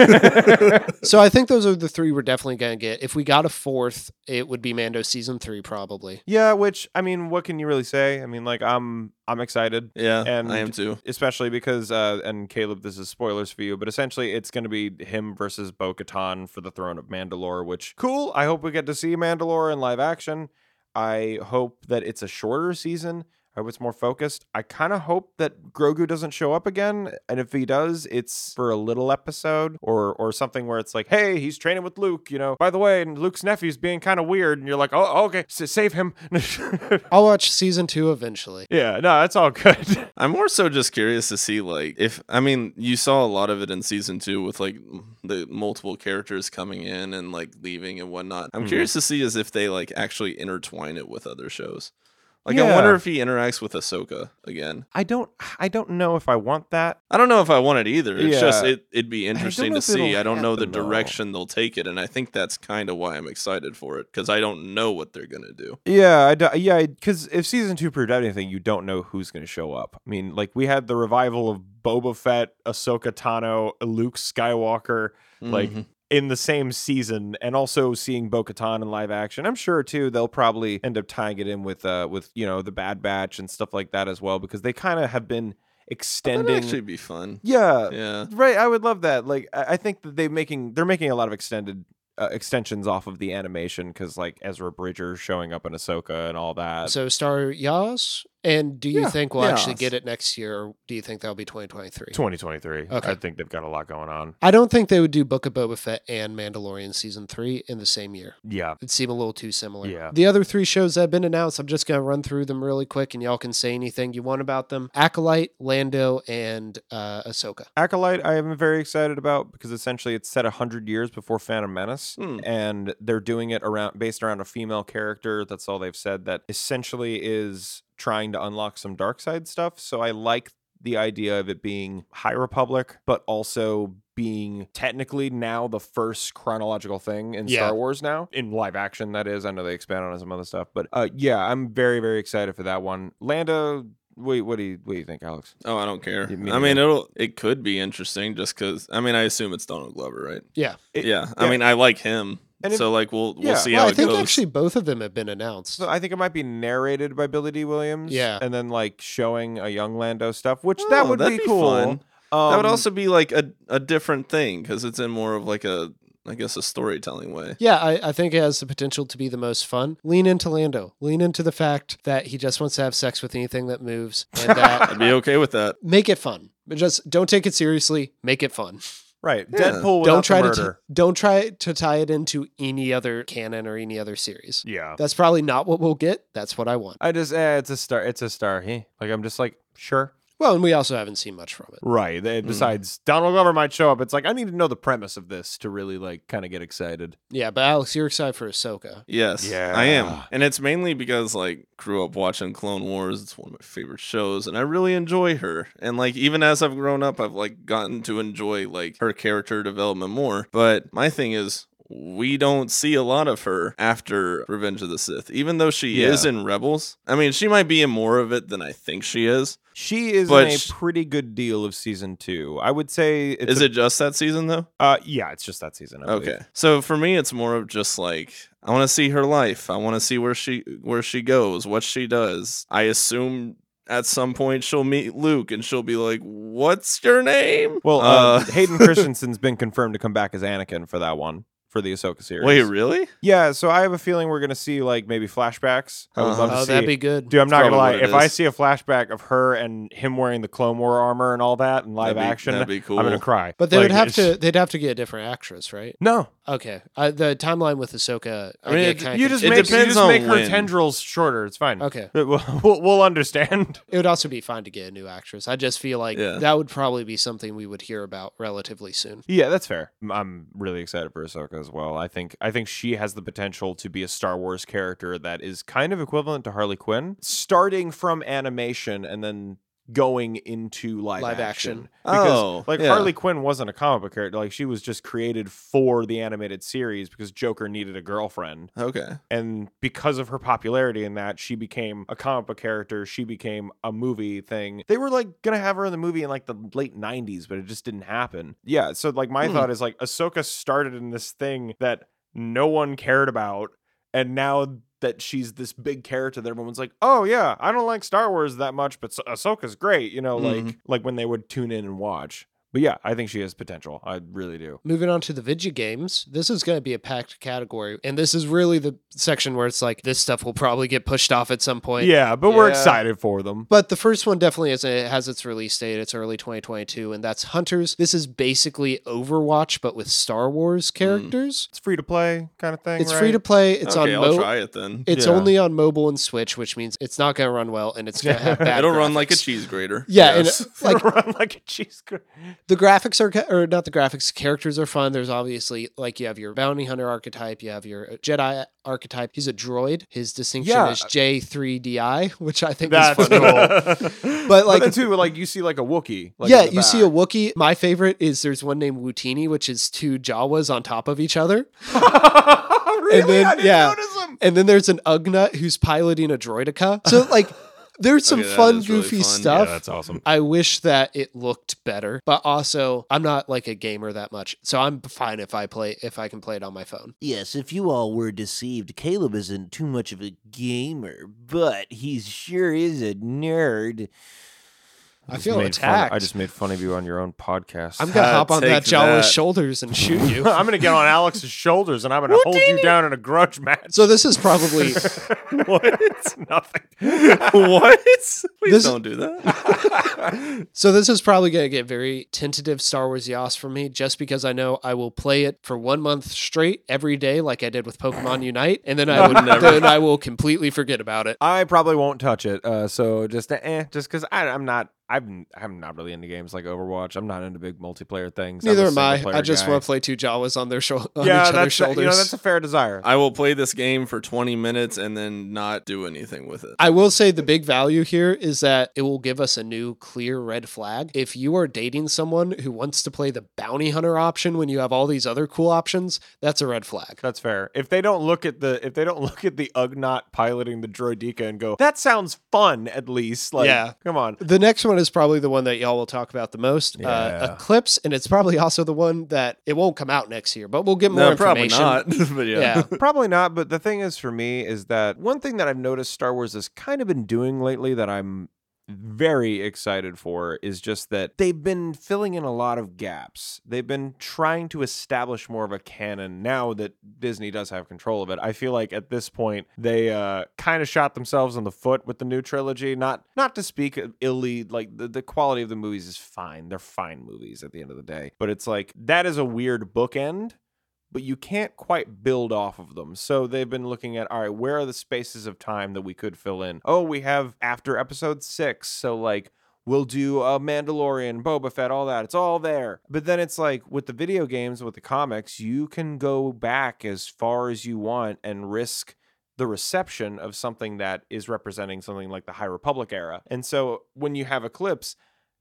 So I think those are the three we're definitely going to get. If we got a fourth, it would be Mando season three, probably. Yeah, which I mean, what can you really say? I mean, like I'm I'm excited. yeah, And- I am too. Especially because, uh, and Caleb, this is spoilers for you, but essentially it's going to be him versus Bo Katan for the throne of Mandalore, which, cool. I hope we get to see Mandalore in live action. I hope that it's a shorter season. I hope it's more focused. I kind of hope that Grogu doesn't show up again. And if he does, it's for a little episode or or something where it's like, hey, he's training with Luke, you know, by the way, and Luke's nephew's being kind of weird. And you're like, oh, okay, s- save him. I'll watch season two eventually. yeah, no, that's all good. I'm more so just curious to see like if I mean you saw a lot of it in season two with like m- the multiple characters coming in and like leaving and whatnot. I'm Mhm. curious to see as if they like actually intertwine it with other shows. Like I Yeah. wonder if he interacts with Ahsoka again. I don't I don't know if I want that. I don't know if I want it either. It's just Yeah. it it'd be interesting know to if it'll see. I don't know the happen, though. direction they'll take it, and I think that's kind of why I'm excited for it because I don't know what they're gonna do. Yeah, I do, yeah, because if season two proved anything, you don't know who's going to show up. I mean, like we had the revival of Boba Fett, Ahsoka Tano, Luke Skywalker, like Mhm. in the same season, and also seeing Bo Katan in live action. I'm sure too they'll probably end up tying it in with uh with you know the Bad Batch and stuff like that as well because they kind of have been that'd extending. actually be fun. yeah, Yeah. Right, I would love that. Like, I I think that they making they're making a lot of extended uh, extensions off of the animation because like Ezra Bridger showing up in Ahsoka and all Uh, that. So Star Yas, and do you Yeah, think we'll actually Yas. get it next year, or do you think that'll be 2023? 2023. Okay. I think they've got a lot going on. I don't think they would do Book of Boba Fett and Mandalorian season three in the same year. Yeah. It'd seem a little too similar. Yeah. The other three shows that have been announced, I'm just going to run through them really quick, and y'all can say anything you want about them. Acolyte, Lando, and uh, Ahsoka. Acolyte, I am very excited about because essentially it's set 100 years before Phantom Menace, Hmm. and they're doing it around based around a female character. That's all they've said that essentially is trying to unlock some dark side stuff. So I like the idea of it being High Republic, but also being technically now the first chronological thing in Yeah. Star Wars now in live action. That is, I know they expand on it some other stuff, but uh, yeah, I'm very very excited for that one. Lando, wait, what do you what do you think, Alex? Oh, I don't care. You mean I mean, it- it'll it could be interesting just because. I mean, I assume it's Donald Glover, right? Yeah. It- yeah. I yeah. mean, mean, I like him, And if- so like we'll yeah. we'll see Well, how I it think goes. actually both of them have been announced. So I think it might be narrated by Billy D. Williams. Yeah. And then like showing a young Lando stuff, which that Oh, would be, that'd be cool. fun. that would Um, also be like a a different thing because it's in more of like a I guess a storytelling way. Yeah, I, I think it has the potential to be the most fun. Lean into Lando. Lean into the fact that he just wants to have sex with anything that moves and that I'd be okay with that. make it fun. But just don't take it seriously. Make it fun. right. Yeah. Deadpool without don't try the to murder. t- don't try to tie it into any other canon or any other series. Yeah. That's probably not what we'll get. That's what I want. I just eh, it's a star. It's a star. He like I'm just like sure. Hmm. Well, and we also haven't seen much from it. Right. They- Besides, Donald Glover might show up. It's like I need to know the premise of this to really like kind of get excited. Yeah, but Alex, you're excited for Ahsoka. Yes, I am, Yeah. and it's mainly because like grew up watching Clone Wars. It's one of my favorite shows, and I really enjoy her. And like even as I've grown up, I've like gotten to enjoy like her character development more. But my thing is, we don't see a lot of her after Revenge of the Sith, even though she Yeah. is in Rebels. I mean, she might be in more of it than I think she is. She is But in a sh- pretty good deal of season two. I would say. It's is a- it just that season though? Uh, yeah. It's just that season. I believe. Okay. So for me it's more of just like I want to see her life. I want to see where she where she goes, what she does. I assume at some point she'll meet Luke and she'll be like, "What's your name?" Well, uh, Hayden Christensen's been confirmed to come back as Anakin for that one for the Ahsoka series. Wait, really? Yeah, so I have a feeling we're gonna see like maybe flashbacks. I would Uh-huh. love to Oh, see. that'd be good. Dude, I'm not gonna Probably lie. what it If I is. see a flashback of her and him wearing the Clone War armor and all that in live That'd be- action, that'd be I'm gonna cool. cry. But they Like, would have it's- to they'd have to get a different actress, right? No, Okay. Uh, the timeline with Ahsoka. I, mean, get it- kinda you just It make you confused. depends just on make her when. tendrils shorter. It's fine. Okay. We'll, we'll, we'll understand. It would also be fine to get a new actress. I just feel like Yeah. that would probably be something we would hear about relatively soon. Yeah, that's fair. I'm- I'm really excited for Ahsoka as well. I think I think she has the potential to be a Star Wars character that is kind of equivalent to Harley Quinn, starting from animation and then going into live, Live action. Because Oh, like yeah. Harley Quinn wasn't a comic book character. Like she was just created for the animated series because Joker needed a girlfriend. Okay. And because of her popularity in that, she became a comic book character. She became a movie thing. They were like gonna have her in the movie in like the late '90s, but it just didn't happen. Yeah. So like Hmm. my thought is like Ahsoka started in this thing that no one cared about, and now that she's this big character that everyone's like, oh yeah, I don't like Star Wars that much, but Ah- Ahsoka's great. You know, Mm-hmm. like like when they would tune in and watch. But yeah, I think she has potential. I really do. Moving on to the video games, this is going to be a packed category, and this is really the section where it's like this stuff will probably get pushed off at some point. yeah, but we're Yeah. excited for them. But the first one definitely is, it has its release date. It's early 2022, and that's Hunters. This is basically Overwatch, but with Star Mm. Wars characters. It's free to play kind of thing. It's free to play. It's okay, on I'll mobile. try it then. It's Yeah. only on mobile and Switch, which means it's not going to run well, and it's going to have bad. It'll run like a graphics. cheese grater. Yeah, Yes. and uh, like run like a cheese. grater. the graphics are ca- or not the graphics characters are fun there's obviously like you have your bounty hunter archetype you have your uh, jedi archetype he's a droid his distinction Yeah. is j3di which i think That's is fun cool. like but like but then too, like you see like a Wookiee. Like yeah in the you see a back. wookiee my favorite is there's one named wutini which is two jawas on top of each other really? and then I didn't yeah notice him. and then there's an ugnut who's piloting a droidica so like there's some Okay, that fun is really goofy fun. Yeah, stuff that's awesome. I wish that it looked better, but also I'm not like a gamer that much, so I'm fine if I play if I can play it on my phone. Yes, if you all were deceived, Caleb isn't too much of a gamer, but he sure is a nerd. I Just feel made fun- attacked. I just made fun of you on your own podcast. I'm gonna Ah, hop on take that Jawa's that. shoulders and shoot you. I'm gonna get on Alex's shoulders and I'm gonna hold you down in a grudge match. so this is probably what? Nothing. what? Please This- don't do that. so this is probably gonna get very tentative Star Wars Yas for me, just because I know I will play it for one month straight every day, like I did with Pokemon Unite, and then I would then I will completely forget about it. I probably won't touch it. Uh, so just eh, just because I'm not. I'm I'm not really into games like Overwatch. I'm not into big multiplayer things. Neither am I. I just want to play two Jawas on their shou- on yeah, each other's that's shoulders. you know that's a fair desire. I will play this game for 20 minutes and then not do anything with it. I will say the big value here is that it will give us a new clear red flag. If you are dating someone who wants to play the bounty hunter option when you have all these other cool options, that's a red flag. That's fair. If they don't look at the if they don't look at the Ugnaught piloting the Droideka and go, that sounds fun at least. Like, Yeah. come on. The next one is probably the one that y'all will talk about the most, uh, Yeah. Eclipse, and it's probably also the one that it won't come out next year, but we'll get more No, probably information. not. but yeah. Yeah. Probably not, but the thing is for me is that one thing that I've noticed Star Wars has kind of been doing lately that I'm very excited for is just that they've been filling in a lot of gaps. They've been trying to establish more of a canon now that Disney does have control of it. I feel like at this point they uh, kind of shot themselves in the foot with the new trilogy. Not not to speak illy like the, the quality of the movies is fine. They're fine movies at the end of the day. But it's like that is a weird bookend but you can't quite build off of them. So they've been looking at all right, where are the spaces of time that we could fill in? Oh, we have after episode six. So, like, we'll do uh, Mandalorian, Boba Fett, all that. It's all there. But then it's like with the video games, with the comics, you can go back as far as you want and risk the reception of something that is representing something like the High Republic era. And so when you have Eclipse,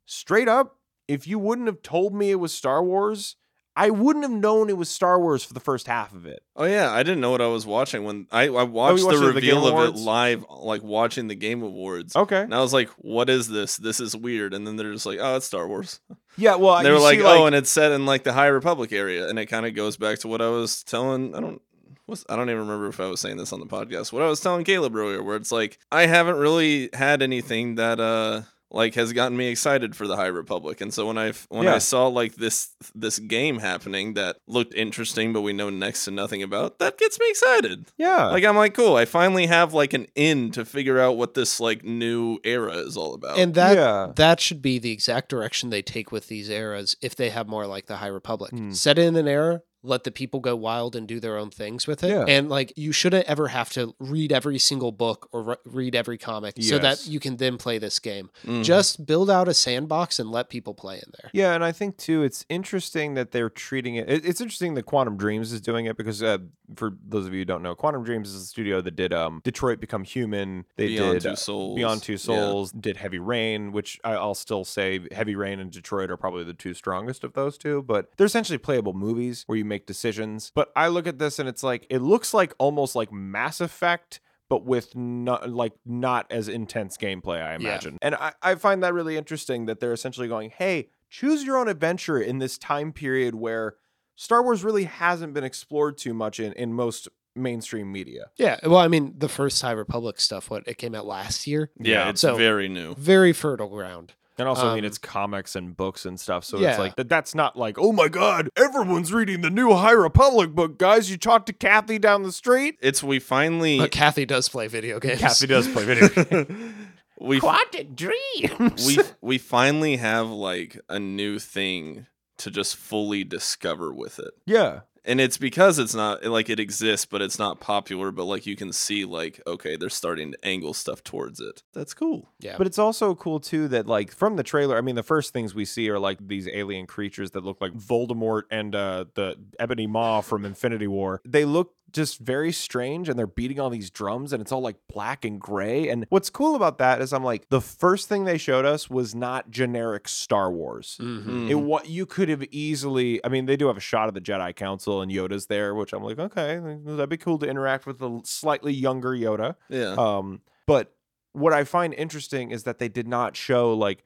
straight up, if you wouldn't have told me it was Star Wars, I wouldn't have known it was Star Wars for the first half of it. Oh yeah, I didn't know what I was watching when I, I watched Oh, watched it the at the Game reveal of it Awards? live, like watching the Game Awards. Okay. And I was like, "What is this? This is weird." And then they're just like, "Oh, it's Star Wars." Yeah, well, And they were you like, see, "Oh, and it's set in like the High Republic area," and it kind of goes back to what I was telling. I don't. Was, I don't even remember if I was saying this on the podcast. What I was telling Caleb earlier, where it's like I haven't really had anything that uh like has gotten me excited for the High Republic, and so when I f- when Yeah. I saw like this this game happening that looked interesting, but we know next to nothing about, that gets me excited. yeah, Like I'm like, cool. I finally have like an in to figure out what this like new era is all about. And that Oh, Yeah. that should Hmm. be the exact direction they take with these eras if they have more like the High Republic. Set in an era, let the people go wild and do their own things with it. Yeah. And like you shouldn't ever have to read every single book or re- read every comic so that Yes. Mm-hmm. you can then play this game. Just build out a sandbox and let people play in there. Yeah, and I think too, it's interesting that they're treating it. it- It's interesting that Quantum Dreams is doing it because, uh, for those of you who don't know, Quantum Dreams is the studio that did um, Detroit Become Human. They Beyond did Two uh, Souls. Beyond Two Yeah. Souls. Did Heavy Rain, which I, I'll still say Heavy Rain and Detroit are probably the two strongest of those two. But they're essentially playable movies where you make decisions. But I look at this and it's like it looks like almost like Mass Effect but with not like not as intense gameplay, I imagine. And I, I find that really interesting that they're essentially going, hey, choose your own adventure in this time period where Star Wars really hasn't been explored too much in, in most mainstream media. Yeah. Well, I mean, the first High Republic stuff, what it came out last year. Yeah, it's So- very new. Very fertile ground. And also, I mean, Um, it's comics and books and stuff. So yeah. it's like that. That's not like, oh my god, everyone's reading the new High Republic book, guys. You talked to Kathy down the street. It's we finally But Kathy does play video games. Kathy does play video. we Quantum dreams. we we finally have like a new thing to just fully discover with it. yeah. And it's because it's not like it exists, but it's not popular. But like you can see, like okay, they're starting to angle stuff towards it. That's cool. Yeah. But it's also cool too that like from the trailer, I mean, the first things we see are like these alien creatures that look like Voldemort and uh, the Ebony Maw from Infinity War. They look just very strange and they're beating all these drums and it's all like black and gray. And what's cool about that is I'm like, the first thing they showed us was not generic Star Wars. Mm-hmm. Hmm. It what you could have easily. I mean, they do have a shot of the Jedi Council and Yoda's there, which I'm like, okay, that'd be cool to interact with a slightly younger Yoda. Yeah. Um, but what I find interesting is that they did not show like,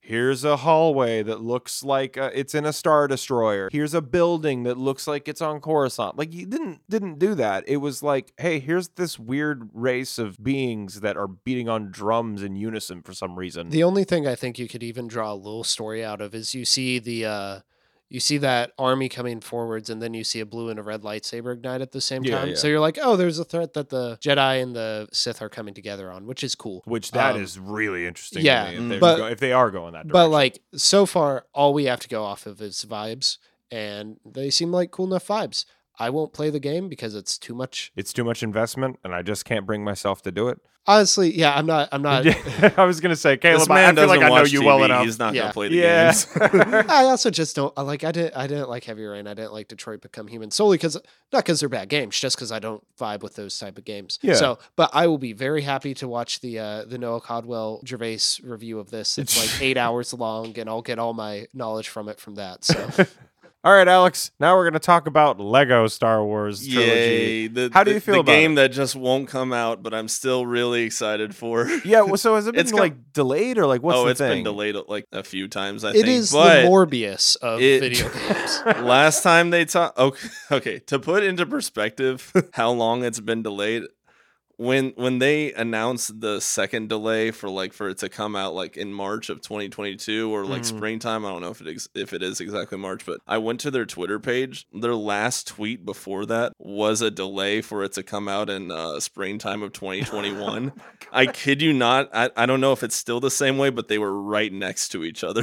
here's a hallway that looks like uh, it's in a star destroyer. Here's a building that looks like it's on Coruscant. Like you didn't didn't do that. It was like, hey, here's this weird race of beings that are beating on drums in unison for some reason. The only thing I think you could even draw a little story out of is you see the uh you see that army coming forwards and then you see a blue and a red lightsaber ignite at the same Yeah, time. yeah. So you're like, "Oh, there's a threat that the Jedi and the Sith are coming together on," which is cool. which that Um, is really interesting. yeah, to me, if, they're but- go- if they are going that direction, But like so far all we have to go off of is vibes and they seem like cool enough vibes. I won't play the game because it's too much. it's too much investment, and I just can't bring myself to do it. Honestly, yeah, I'm not I'm not I was gonna say, Caleb, this I- man I feel doesn't like I know watch you TV. well enough. He's not Yeah. gonna play the yeah, games. I also just don't I like I didn't I didn't like Heavy Rain. I didn't like Detroit Become Human solely because not because they're bad games, just because I don't vibe with those type of games. Yeah. So, but I will be very happy to watch the uh, the Noah Codwell Gervais review of this. It's like eight hours long, and I'll get all my knowledge from it from that. So All right, Alex. Now we're going to talk about Lego Star Wars trilogy. Yay! The, How do the- you feel the about game it? that just won't come out, but I'm still really excited for. Yeah. Well, so has it been It's like delayed or like what's oh, the it's been thing? delayed like a few times. I it think is but the Morbius of it- video games. last time they talked okay, okay to put into perspective how long it's been delayed when when they announced the second delay for like for it to come out like in march of 2022 or like Mm. springtime i don't know if it ex- if it is exactly march but i went to their twitter page their last tweet before that was a delay for it to come out in uh springtime of 2021 i kid you not I, I don't know if it's still the same way but they were right next to each other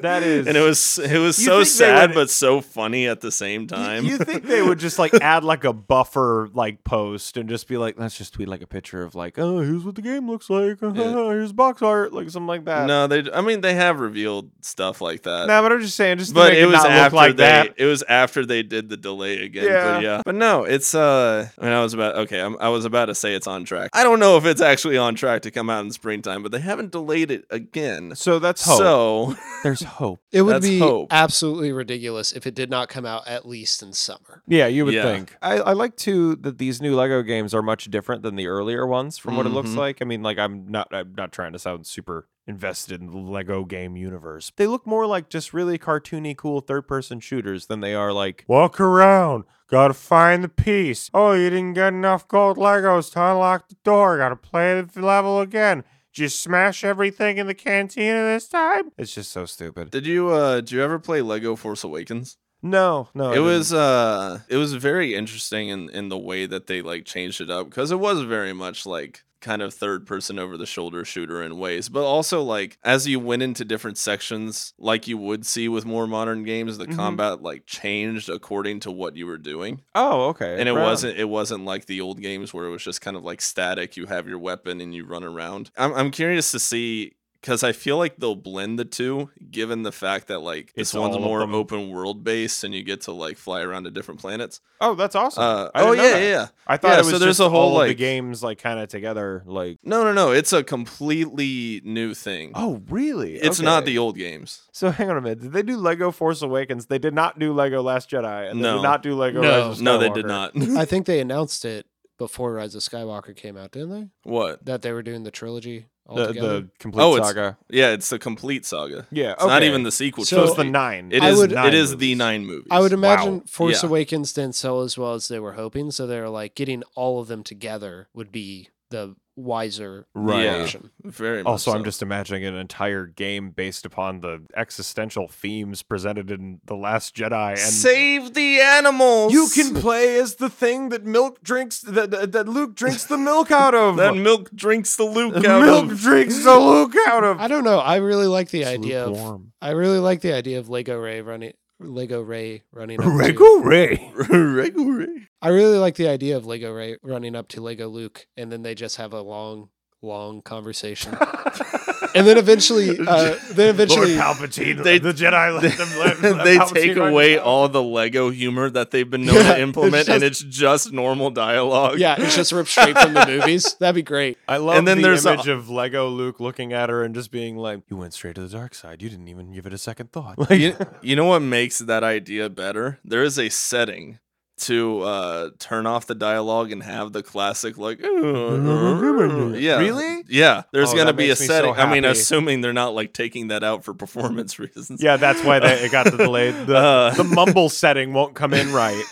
That is- and it was it was You so think they sad would- but so funny at the same You- time. You think they would just like add like a buffer like post and just be like, let's just tweet like a picture of like, oh, here's what the game looks like. uh-huh, here's box art, like something like that. no, they. I mean, they have revealed stuff like that. No, but I'm just saying, just to but make it was not look after like they. that. It was after they did the delay again. Yeah. But yeah. But no, it's. Uh, I mean, I was about. Okay, I'm, I was about to say it's on track. I don't know if it's actually on track to come out in springtime, but they haven't delayed it again. So that's hope. So There's hope. It would That's be hope. absolutely ridiculous if it did not come out at least in summer. Yeah, you would Yeah. think. I, I like too that these new Lego games are much different than the earlier ones from what it looks Mhm. like. I mean, like I'm not I'm not trying to sound super invested in the Lego game universe. They look more like just really cartoony, cool third person shooters than they are like walk around. Gotta find the piece. Oh, you didn't get enough gold Legos to unlock the door. Gotta play the level again. Did you smash everything in the cantina this time? It's just so stupid. did you? Uh, did you ever play Lego Force Awakens? No, no. I it didn't. was uh it was very interesting in in the way that they like changed it up because it was very much like kind of third person over the shoulder shooter in ways, but also like as you went into different sections, like you would see with more modern games, Mm-hmm. the combat like changed according to what you were doing. Oh, okay. And it right on. wasn't it wasn't like the old games where it was just kind of like static. You have your weapon and you run around. I'm I'm curious to see because I feel like they'll blend the two, given the fact that like this It's one's all of more them. open world based and you get to like fly around to different planets. Oh, that's awesome. Uh, I oh didn't know yeah, yeah, that. yeah. I thought Yeah, it was so there's just a whole, all of the like- games like kind of together. Like, No, no, no. It's a completely new thing. oh, really? it's not Okay. the old games. So hang on a minute. Did they do Lego Force Awakens? They did not do Lego Last Jedi, and they No. did not do Lego. No. Rise of No, they did Skywalker. not. I think they announced it before Rise of Skywalker came out, didn't they? what? That they were doing the trilogy The, altogether. the complete Oh, it's- saga. Yeah, it's the complete saga. Yeah, It's not okay. even the sequel. So So it's the trilogy. nine. It I is. would- it is the movies. nine movies. I would imagine Wow. Force Yeah. Awakens didn't sell as well as they were hoping, so they were like getting all of them together would be the wiser Right. Yeah. option. Very. Much Also, Oh, I'm so. just imagining an entire game based upon the existential themes presented in The Last Jedi. And save the animals. you can play as the thing that milk drinks that that, that Luke drinks the milk out of. That milk drinks the Luke out milk of. drinks the Luke out of. I don't know. I really like the It's idea of lukewarm. I really like the idea of Lego Ray running Lego Ray running up to, Rego Ray. Regularly. I really like the idea of Lego Ray running up to Lego Luke and then they just have a long long conversation. and then eventually uh, then Lord eventually Palpatine. They- the Jedi let them. Let, let they Palpatine take run away down. all the Lego humor that they've been known Yeah, to it's implement, and just- it's just normal dialogue. yeah, it's just ripped straight from the movies. That'd be great. I love And then the there's a- image of Lego Luke looking at her and just being like, "You went straight to the dark side. You didn't even give it a second thought." Like, you, you know what makes that idea better? There is a setting to uh, turn off the dialogue and have the classic like yeah Mm-hmm. Really? yeah there's Oh, gonna that be a makes me so setting i mean happy. assuming they're not like taking that out for performance reasons yeah, that's why they, it got the delay. The, Uh, the mumble setting won't come in right.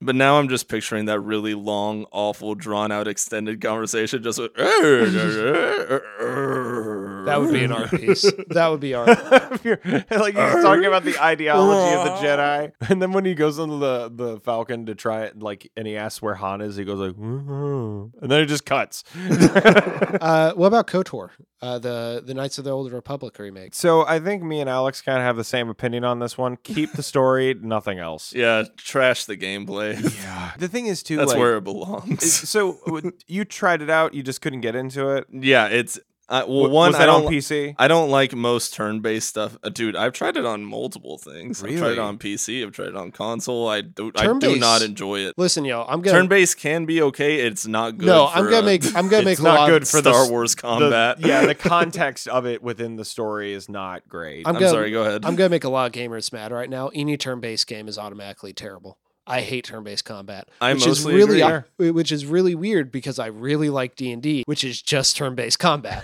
but now i'm just picturing that really long awful drawn out extended conversation just with, That that would be an art piece. That would be art. If you're- like he's talking about the ideology of the Jedi, and then when he goes on the the Falcon to try it, like, and he asks where Han is, he goes like, "Mhm," and then it just cuts. Uh, what about KOTOR? Uh, the the Knights of the Old Republic remake. so I think me and Alex kind of have the same opinion on this one. Keep the story, nothing else. yeah trash the gameplay Yeah. The thing is, too, that's like, where it belongs so w- you tried it out, you just couldn't get into it. yeah it's uh, well W- one was that I don't on PC? I don't like most turn-based stuff, Uh, dude. I've tried it on multiple things. I've tried Really? it on PC. I've tried it on console. I do. I do Turn-based- not enjoy it. Listen, y'all, I'm gonna Turn-based can be okay. It's not good. no, I'm for uh, gonna a make I'm gonna it's make a not lot. good for the Star s- Wars The- combat. yeah, the context of it within the story is not great. I'm, I'm gonna- sorry. Go ahead. I'm gonna make a lot of gamers mad right now. Any turn-based game is automatically terrible. I hate turn-based combat, I which is mostly really agree. which is really weird because I really like D and D, which is just turn-based combat.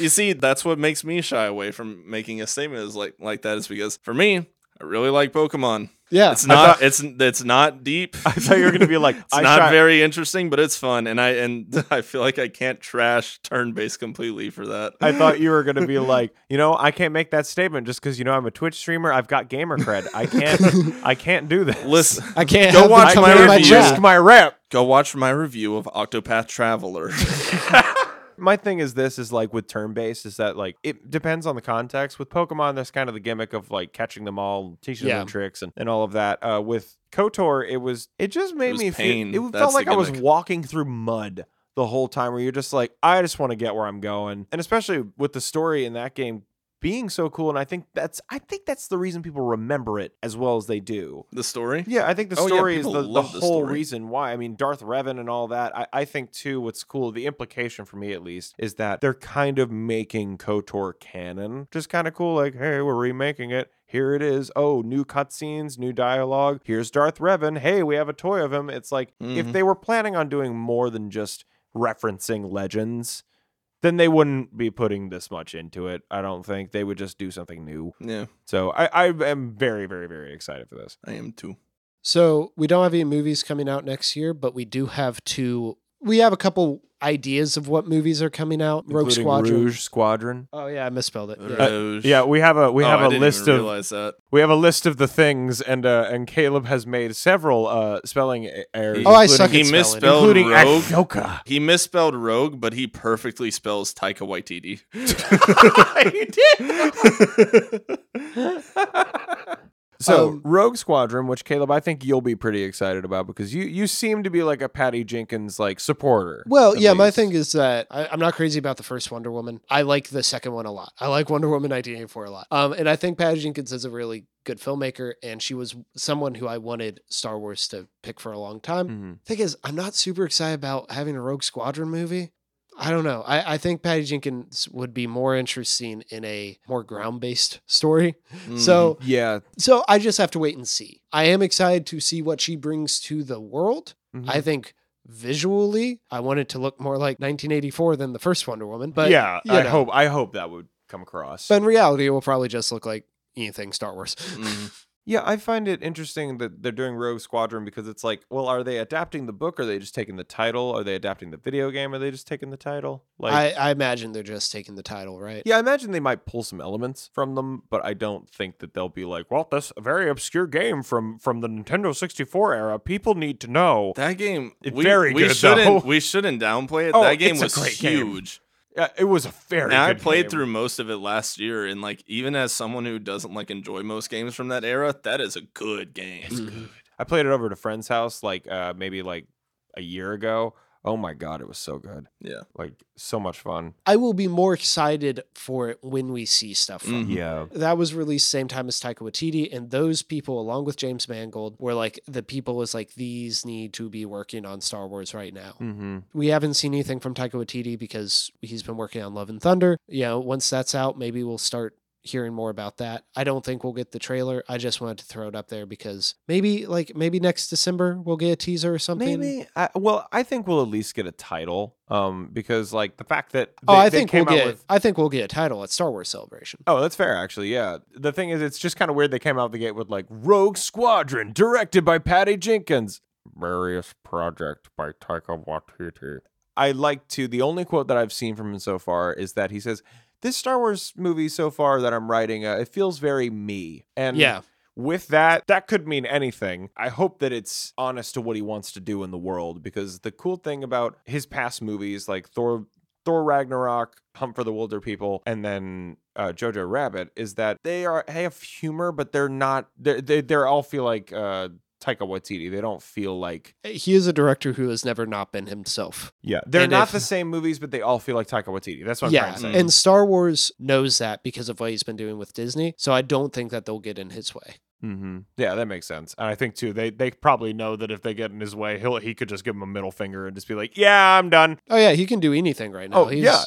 you see, that's what makes me shy away from making a statement is like like that is because for me, I really like Pokemon. yeah, It's not. it's it's not deep. I thought you were gonna be like, It's I not tried- very interesting, but it's fun, and I and I feel like I can't trash turn-based completely for that. I thought you were gonna be like, you know, I can't make that statement just because you know I'm a Twitch streamer. I've got gamer cred. I can't. I can't do this. Listen, I can't. Go have them watch come my in I review. chat. risked my rep. go watch my review of Octopath Traveler. My thing is this is like with turn based is that like it depends on the context. With Pokemon, that's kind of the gimmick of like catching them all, teaching Yeah. them tricks and, and all of that. Uh, with Kotor, it was it just made was me pain. feel it That's felt the like I was gimmick. walking through mud the whole time where you're just like, I just want to get where I'm going. And especially with the story in that game being so cool. And I think that's I think that's the reason people remember it as well as they do. the story? Yeah, I think the Oh, yeah, story is people the, the love the whole story. reason why. I mean, Darth Revan and all that. I, I think, too, what's cool, the implication for me at least, is that they're kind of making KOTOR canon. Just kind of cool, like, hey, we're remaking it. Here it is. Oh, new cutscenes, new dialogue. Here's Darth Revan. Hey, we have a toy of him. It's like if Mhm. they were planning on doing more than just referencing legends, then they wouldn't be putting this much into it. I don't think they would just do something new. Yeah, So I, I am very, very, very excited for this. I am too. So we don't have any movies coming out next year, but we do have two. We have a couple ideas of what movies are coming out. Rogue Including Squadron. Rouge Squadron. Oh yeah, I misspelled it. Yeah. Rouge. Uh, Yeah, we have a we Oh, have I a didn't list even of realize that. we have a list of the things, and uh, and Caleb has made several uh, spelling e- errors. Oh, I including- suck at He spelling. misspelled including rogue. Ashoka. He misspelled rogue, but he perfectly spells Taika Waititi. So Um, Rogue Squadron, which Caleb, I think you'll be pretty excited about because you you seem to be like a Patty Jenkins like supporter. Well, at yeah, my least. thing is that I, I'm not crazy about the first Wonder Woman. I like the second one a lot. I like Wonder Woman 1984 a lot. Um, and I think Patty Jenkins is a really good filmmaker, and she was someone who I wanted Star Wars to pick for a long time. Mhm. Thing is, I'm not super excited about having a Rogue Squadron movie. I don't know. I, I think Patty Jenkins would be more interesting in a more ground based story. So yeah, so I just have to wait and see. I am excited to see what she brings to the world. Mhm. I think visually, I want it to look more like 1984 than the first Wonder Woman. But yeah. you I know. hope I hope that would come across. But in reality, it will probably just look like anything Star Wars. Mm, Mhm. yeah, I find it interesting that they're doing Rogue Squadron because it's like, well, are they adapting the book? Are they just taking the title? Are they adapting the video game? Are they just taking the title? Like, I, I imagine they're just taking the title, right? Yeah, I imagine they might pull some elements from them, but I don't think that they'll be like, "Well, this very obscure game from from the Nintendo 64 era, people need to know." that game, It's we, very we good, shouldn't though. we shouldn't downplay it. Oh, that game it's a was great game. huge. Yeah, it was a very. And I good played game. through most of it last year, and like even as someone who doesn't like enjoy most games from that era, that is a good game. I played it over at a friend's house, like uh, maybe like a year ago. Oh my god, it was so good. Yeah. like so much fun. I will be more excited for it when we see stuff from Mhm. Yeah, that was released same time as Taika Waititi, and those people, along with James Mangold, were like the people was like these need to be working on Star Wars right now. mm-hmm. we haven't seen anything from Taika Waititi because he's been working on Love and Thunder. You know, once that's out, maybe we'll start hearing more about that. I don't think we'll get the trailer. I just wanted to throw it up there because maybe like maybe next December we'll get a teaser or something. maybe. I, well, I think we'll at least get a title, um, because like the fact that Oh, they- I they think we'll came out get with I think we'll get a title at Star Wars Celebration. Oh, that's fair, actually. Yeah. The thing is, it's just kind of weird they came out the gate with like Rogue Squadron, directed by Patty Jenkins. Various project by Taika Waititi. I like to. The only quote that I've seen from him so far is that he says, "This Star Wars movie so far that I'm writing, uh, it feels very me." And Yeah. with that, that could mean anything. I hope that it's honest to what he wants to do in the world because the cool thing about his past movies like Thor Thor Ragnarok, Hunt for the Wilder People, and then uh, Jojo Rabbit is that they are they have humor, but they're not they they they're all feel like uh Taika Waititi. They don't feel like He is a director who has never not been himself. yeah. They're And not if- the same movies, but they all feel like Taika Waititi. That's what I'm yeah, trying to say. and Star Wars knows that because of what he's been doing with Disney. So I don't think that they'll get in his way. Mm-hmm. Yeah, that makes sense. And I think too, they they probably know that if they get in his way, he'll he could just give him a middle finger and just be like, "Yeah, I'm done." Oh yeah, he can do anything right now. Oh, yeah.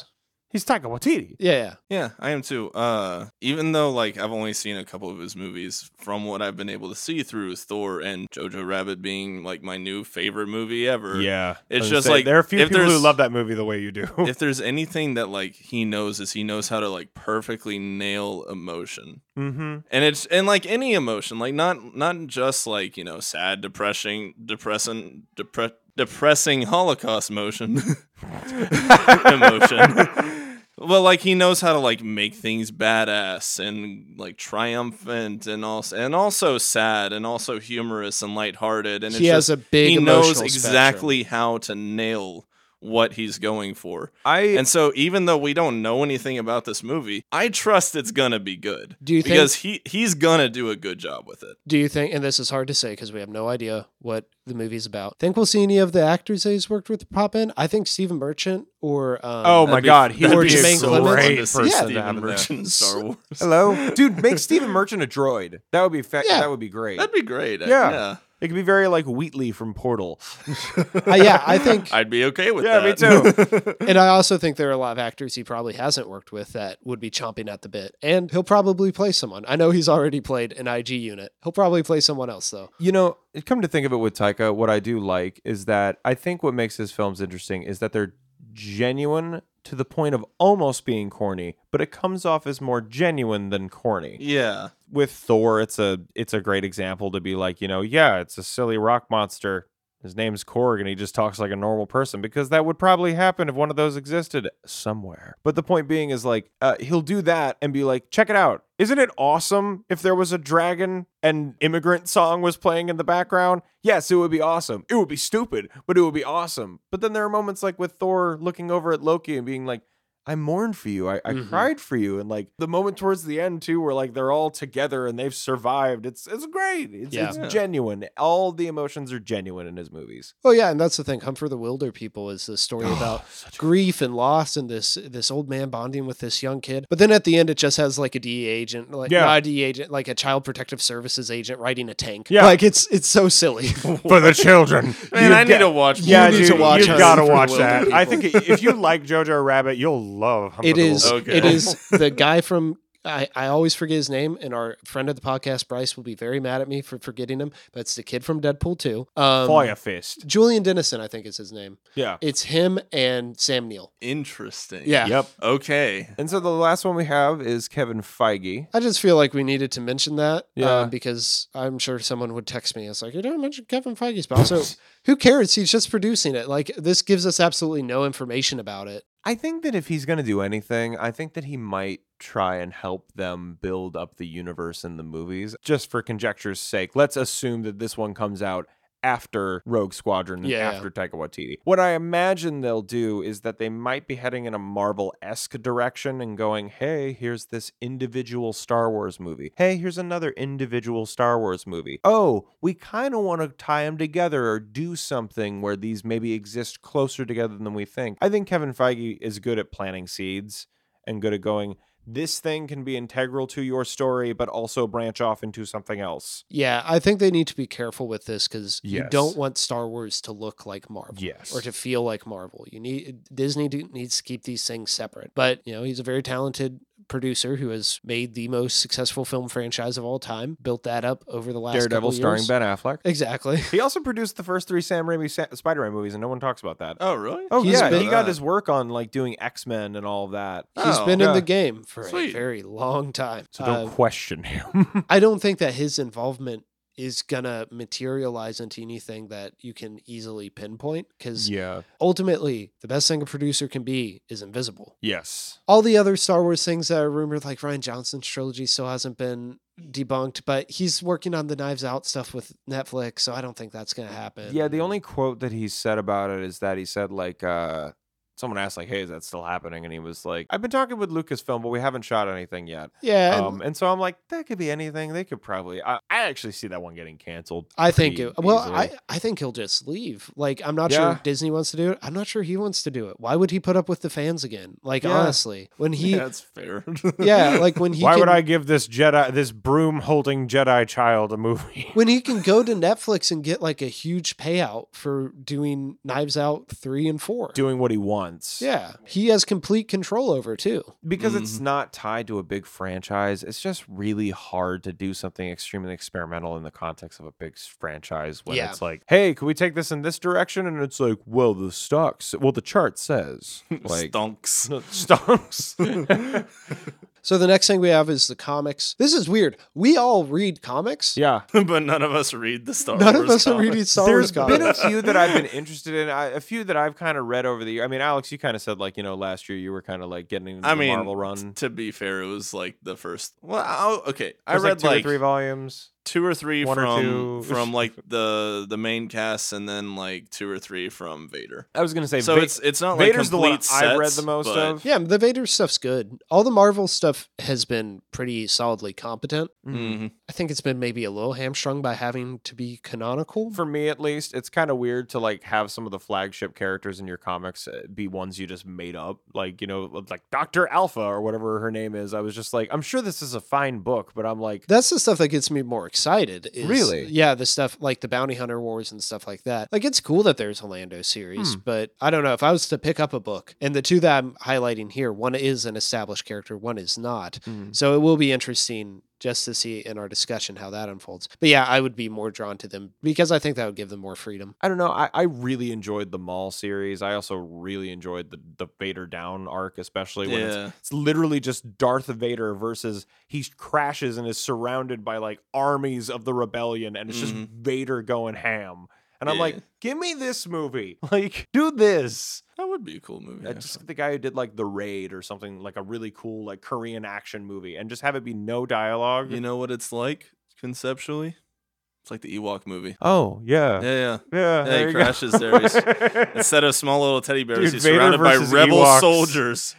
He's Taika Waititi. yeah, yeah. Yeah, I am too. Uh, even though like I've only seen a couple of his movies, from what I've been able to see through Thor and Jojo Rabbit being like my new favorite movie ever. Yeah, It's I was just gonna say, like, there are a few if people who there's- love that movie the way you do. if there's anything that like he knows is he knows how to like perfectly nail emotion mm-hmm. and it's and like any emotion like not not just like you know sad depressing depressing depre- depressing holocaust motion emotion but like he knows how to like make things badass and like triumphant and also and also sad and also humorous and lighthearted and he it's has just, a big. he knows emotional spectrum. exactly how to nail what he's going for I and so even though we don't know anything about this movie, I trust it's gonna be good. Do you think- because he he's gonna do a good job with it. Do you think? And this is hard to say because we have no idea what the movie's about. Think we'll see any of the actors that he's worked with pop in? I think Stephen Merchant or um, oh my That'd be- god, he that'd would be be a Jermaine Clements. great fun to see person Steven to have in there. Merchant in Star Wars. Hello, dude, make Stephen Merchant a droid. That would be fa- Yeah. that would be great. That'd be great. I- Yeah. yeah. it could be very like Wheatley from Portal. Uh, Uh, yeah, I think, I'd be okay with yeah, me that. too. and I also think there are a lot of actors he probably hasn't worked with that would be chomping at the bit, and he'll probably play someone. I know he's already played an IG unit. He'll probably play someone else though. You know, come to think of it with Taika, what I do like is that I think what makes his films interesting is that they're genuine to the point of almost being corny, but it comes off as more genuine than corny. yeah. With Thor, it's a it's a great example to be like, you know, yeah, it's a silly rock monster. His name's Korg, and he just talks like a normal person because that would probably happen if one of those existed somewhere. But the point being is like, uh, he'll do that and be like, check it out. Isn't it awesome if there was a dragon and immigrant song was playing in the background? Yes, it would be awesome. It would be stupid, but it would be awesome. But then there are moments like with Thor looking over at Loki and being like, I mourned for you. I, I Mhm. cried for you. And like the moment towards the end too, where like they're all together and they've survived. It's it's great. It's Yeah. it's Yeah. genuine. All the emotions are genuine in his movies. Oh yeah, and that's the thing. Comfort the Wilder People is the story Oh, about grief and loss, and this this old man bonding with this young kid. But then at the end, it just has like a DE agent, like Yeah. not a DE agent, like a Child Protective Services agent riding a tank. Yeah. like it's it's so silly. for the children. Man, I need to watch. Yeah, more dude, of to these. watch You've Hunter got to for watch Wilder that. I think People. if you like Jojo Rabbit, you'll love. Hunter It the is Wilder. Okay. it is the guy from I, I always forget his name, and our friend of the podcast Bryce will be very mad at me for forgetting him. But it's the kid from Deadpool two. Um, Fire fist. Julian Dennison, I think is his name. Yeah. It's him and Sam Neill. Interesting. Yeah. Yep. Okay. And so the last one we have is Kevin Feige. I just feel like we needed to mention that Yeah. uh, because I'm sure someone would text me. It's like, you don't mention Kevin Feige's but also who cares? He's just producing it. Like, this gives us absolutely no information about it. I think that if he's going to do anything, I think that he might try and help them build up the universe in the movies. Just for conjecture's sake, let's assume that this one comes out after Rogue Squadron and Yeah. after Taika Waititi. What I imagine they'll do is that they might be heading in a Marvel-esque direction and going, "Hey, here's this individual Star Wars movie. Hey, here's another individual Star Wars movie. Oh, we kind of want to tie them together or do something where these maybe exist closer together than we think." I think Kevin Feige is good at planting seeds and good at going this thing can be integral to your story but also branch off into something else. Yeah, I think they need to be careful with this because you Yes. don't want Star Wars to look like Marvel. Yes. Or to feel like Marvel. You need Disney do, needs to keep these things separate. But, you know, he's a very talented producer who has made the most successful film franchise of all time, built that up over the last Daredevil couple starring years. Ben Affleck. Exactly. He also produced the first three Sam Raimi Sa- Spider-Man movies, and no one talks about that. Oh, really? uh, oh he's yeah, been- he got his work on like doing X-Men and all of that. He's Oh, been in yeah. the game for a Sweet. very long time. So don't Uh, question him. I don't think that his involvement is gonna materialize into anything that you can easily pinpoint because yeah. ultimately the best thing a producer can be is invisible. Yes. All the other Star Wars things that are rumored, like Ryan Johnson's trilogy, still hasn't been debunked, but he's working on the Knives Out stuff with Netflix, so I don't think that's gonna happen. Yeah. The only quote that he said about it is that he said like uh, someone asked like, "Hey, is that still happening?" And he was like, "I've been talking with Lucasfilm, but we haven't shot anything yet." yeah, and- um, and so I'm like, that could be anything. They could probably. I, I actually see that one getting canceled. I think pretty it. Well, easily. I, I think he'll just leave. Like, I'm not Yeah. sure Disney wants to do it. I'm not sure he wants to do it. Why would he put up with the fans again? Like, Yeah. honestly, when he, yeah, that's fair. like when he, Why would can- I give this Jedi, this broom holding Jedi child, a movie? When he can go to Netflix and get like a huge payout for doing Knives Out three and four. Doing what he wants. yeah, he has complete control over too. because it's not tied to a big franchise, it's just really hard to do something extremely experimental in the context of a big s- franchise when Yeah. it's like, hey, could we take this in this direction? And it's like, well, the stocks, well, the chart says, like, Stonks. stocks. So the next thing we have is the comics. This is weird. We all read comics. yeah. but none of us read the Star None Wars. of us are comic. reading Star There's Wars comics. been a few that I've been interested in, I, a few that I've kind of read over the year. I mean, Alex, you kind of said like, you know, last year you were kind of like getting into I the mean, Marvel run. To be fair, it was like the first. Well, I- okay, I It was, like, read two like or three volumes. two or three one or from two. from like the the main cast, and then like two or three from Vader. I was gonna say, So Va- it's it's not like Vader's the one complete I've read sets, the most but- of. Yeah, the Vader stuff's good. All the Marvel stuff has been pretty solidly competent. Mm-hmm. Mhm. I think it's been maybe a little hamstrung by having to be canonical. for me at least it's kind of weird to like have some of the flagship characters in your comics uh, be ones you just made up like you know like dr alpha or whatever her name is i was just like i'm sure this is a fine book but i'm like That's the stuff that gets me more excited. Is, Really? Yeah, the stuff like the Bounty Hunter Wars and stuff like that. Like it's cool that there's a Lando series, Hmm. but I don't know if I was to pick up a book, and the two that I'm highlighting here, one is an established character, one is not. Hmm. So it will be interesting just to see in our discussion how that unfolds. But yeah, I would be more drawn to them because I think that would give them more freedom. I don't know. I, I really enjoyed the Maul series. I also really enjoyed the, the Vader Down arc, especially when Yeah. it's, it's literally just Darth Vader versus he Mm-hmm. crashes and is surrounded by like armies of the rebellion, and it's just Vader going ham. And I'm Yeah. like, give me this movie. Like, do this. That would be a cool movie. Uh, actually. just the guy who did like The Raid or something, like a really cool like Korean action movie, and just have it be no dialogue. You know what it's like conceptually? It's like the Ewok movie. Oh yeah, Yeah, yeah. yeah. Yeah, there he you go. crashes there. He's, instead of small little teddy bears, Dude, he's Vader surrounded by versus rebel Ewoks. soldiers.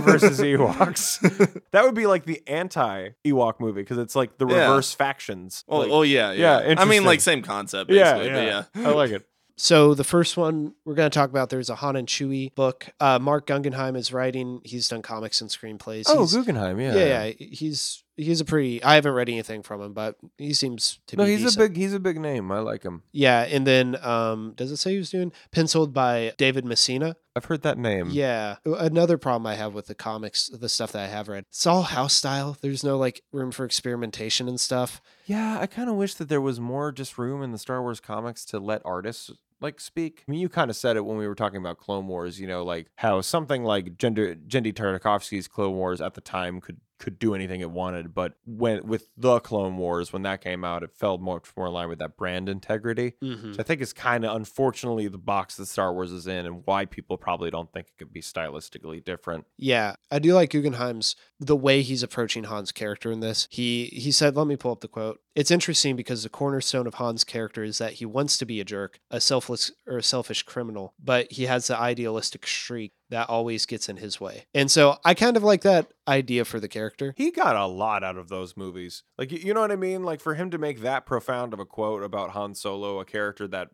versus Ewoks. that would be like the anti Ewok movie because it's like the Yeah. reverse factions. Oh, Like- oh yeah, yeah. I mean, interesting. like same concept, yeah, basically. Yeah, yeah, but yeah. I like it. So the first one we're going to talk about there's a Han and Chewie book. Uh, Mark Guggenheim is writing. He's done comics and screenplays. Oh, he's, Guggenheim, yeah, yeah, yeah. He's he's a pretty. I haven't read anything from him, but he seems to No, be. he's decent. a big, he's a big name. I like him. Yeah, and then um, does it say he was doing penciled by David Messina? I've heard that name. Yeah. Another problem I have with the comics, the stuff that I have read, it's all house style. There's no like room for experimentation and stuff. Yeah, I kind of wish that there was more just room in the Star Wars comics to let artists like speak. I mean, you kind of said it when we were talking about Clone Wars. You know, like how something like Gender Jendi Tartakovsky's Clone Wars at the time could could do anything it wanted, but when with the Clone Wars when that came out, it fell much more in line with that brand integrity, which I think is kind of unfortunately the box that Star Wars is in, and why people probably don't think it could be stylistically different. Yeah, I do like Guggenheim's the way he's approaching Han's character in this. He he said, let me pull up the quote. It's interesting because the cornerstone of Han's character is that he wants to be a jerk, a selfless or a selfish criminal, but he has the idealistic streak that always gets in his way. And so I kind of like that idea for the character. he got a lot out of those movies. Like y- you know what I mean? Like for him to make that profound of a quote about Han Solo, a character that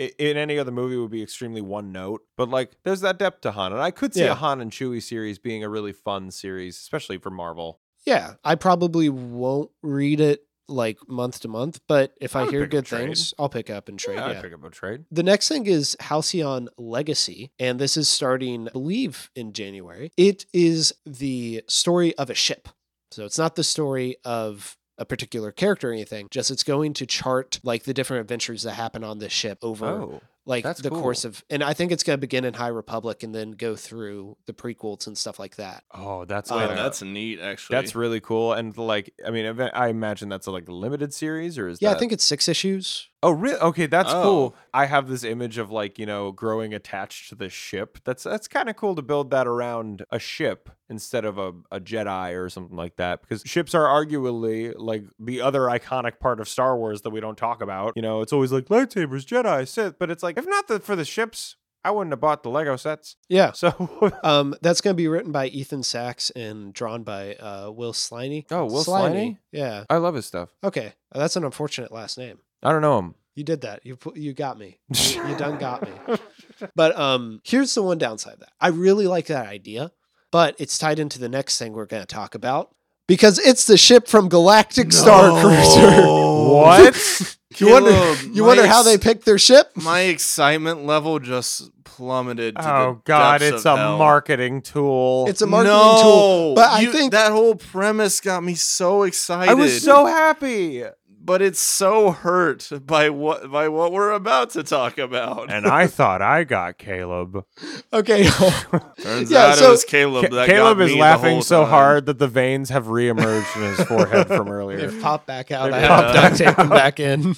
i- in any other movie would be extremely one note, but like there's that depth to Han, and I could see Yeah. a Han and Chewie series being a really fun series, especially for Marvel. Yeah, I probably won't read it like month to month, but if I, I would hear pick up good trade. things, I'll pick up and trade. Yeah, I'd yeah. pick up a trade. The next thing is Halcyon Legacy, and this is starting, I believe, in January. It is the story of a ship. So it's not the story of a particular character or anything, just it's going to chart like the different adventures that happen on this ship over Oh, like that's the course cool. of and I think it's gonna begin in High Republic and then go through the prequels and stuff like that. oh, that's Wait, uh, that's neat. Actually, that's really cool. And like, I mean, ev- I imagine that's a like limited series, or is Yeah, that... I think it's six issues. Oh, really? Okay, that's Oh. cool. I have this image of like you know growing attached to the ship. That's that's kind of cool to build that around a ship instead of a, a Jedi or something like that. Because ships are arguably like the other iconic part of Star Wars that we don't talk about. You know, it's always like lightsabers, Jedi, Sith, but it's like if not the, for the ships, I wouldn't have bought the Lego sets. Yeah. So Um, that's going to be written by Ethan Sachs and drawn by uh, Will Sliney. Oh, Will Sliney? Yeah. I love his stuff. Okay. Uh, That's an unfortunate last name. I don't know him. You did that. You pu- you got me. You, you done got me. But um, here's the one downside of that I really like that idea, but it's tied into the next thing we're going to talk about because it's the ship from Galactic Star Cruiser. Oh, What? you wonder Caleb, you wonder my how ex- they picked their ship. my excitement level just plummeted. To Oh the God, depths it's of a hell. Marketing tool. It's a marketing no, tool, but you- I think that whole premise got me so excited. I was so happy. but it's so hurt by what by what we're about to talk about. and I thought I got Caleb. okay. Turns Yeah, out so- it was Caleb. Ca- that Caleb got is me the laughing whole so time. hard that the veins have reemerged in his forehead from earlier. They've popped back out. They've I have popped duct tape them back in.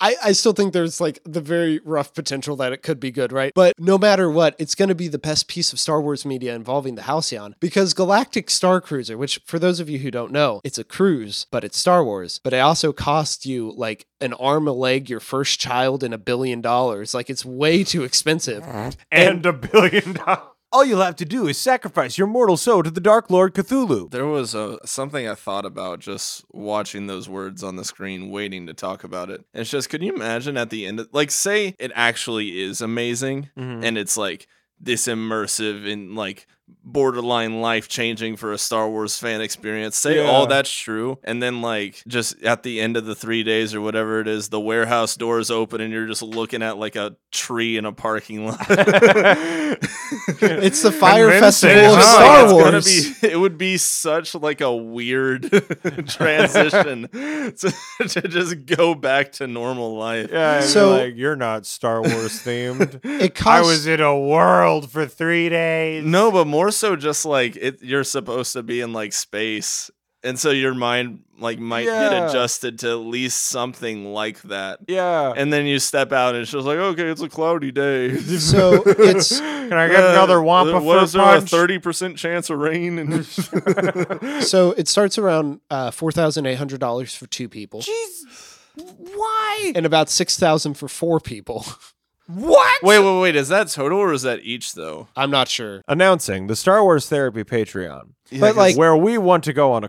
I, I still think there's like the very rough potential that it could be good, right? But no matter what, it's going to be the best piece of Star Wars media involving the Halcyon because Galactic Star Cruiser, which for those of you who don't know, it's a cruise, but it's Star Wars, but it also costs you like an arm, a leg, your first child, and a billion dollars. Like it's way too expensive. And a billion dollars. All you'll have to do is sacrifice your mortal soul to the Dark Lord Cthulhu. There was a something I thought about just watching those words on the screen, waiting to talk about it. It's just, could you imagine at the end, of, like, say it actually is amazing, Mm-hmm. and it's like this immersive and like borderline life changing for a Star Wars fan experience. Say all Yeah. that's true, and then like just at the end of the three days or whatever it is, the warehouse doors open, and you're just looking at like a tree in a parking lot. It's the Fire Convincing, Festival of Like, huh? Star it's gonna Wars. be- it would be such like a weird transition to, to just go back to normal life. Yeah, So- so like you're not Star Wars themed. it I costs. was in a world for three days. No, but more so just like it, you're supposed to be in like space and so your mind like might Yeah. get adjusted to at least something like that. Yeah. And then you step out, and it's just like, okay, it's a cloudy day. Uh, So it's Can I get another Wampa What fruit is there punch? a thirty percent chance of rain? And so it starts around uh, four thousand eight hundred dollars for two people, Why? and about six thousand for four people. What? wait, wait, wait. Is that total or is that each though? I'm not sure. Announcing the Star Wars Therapy Patreon, But, 'cause- like- where we want to go on a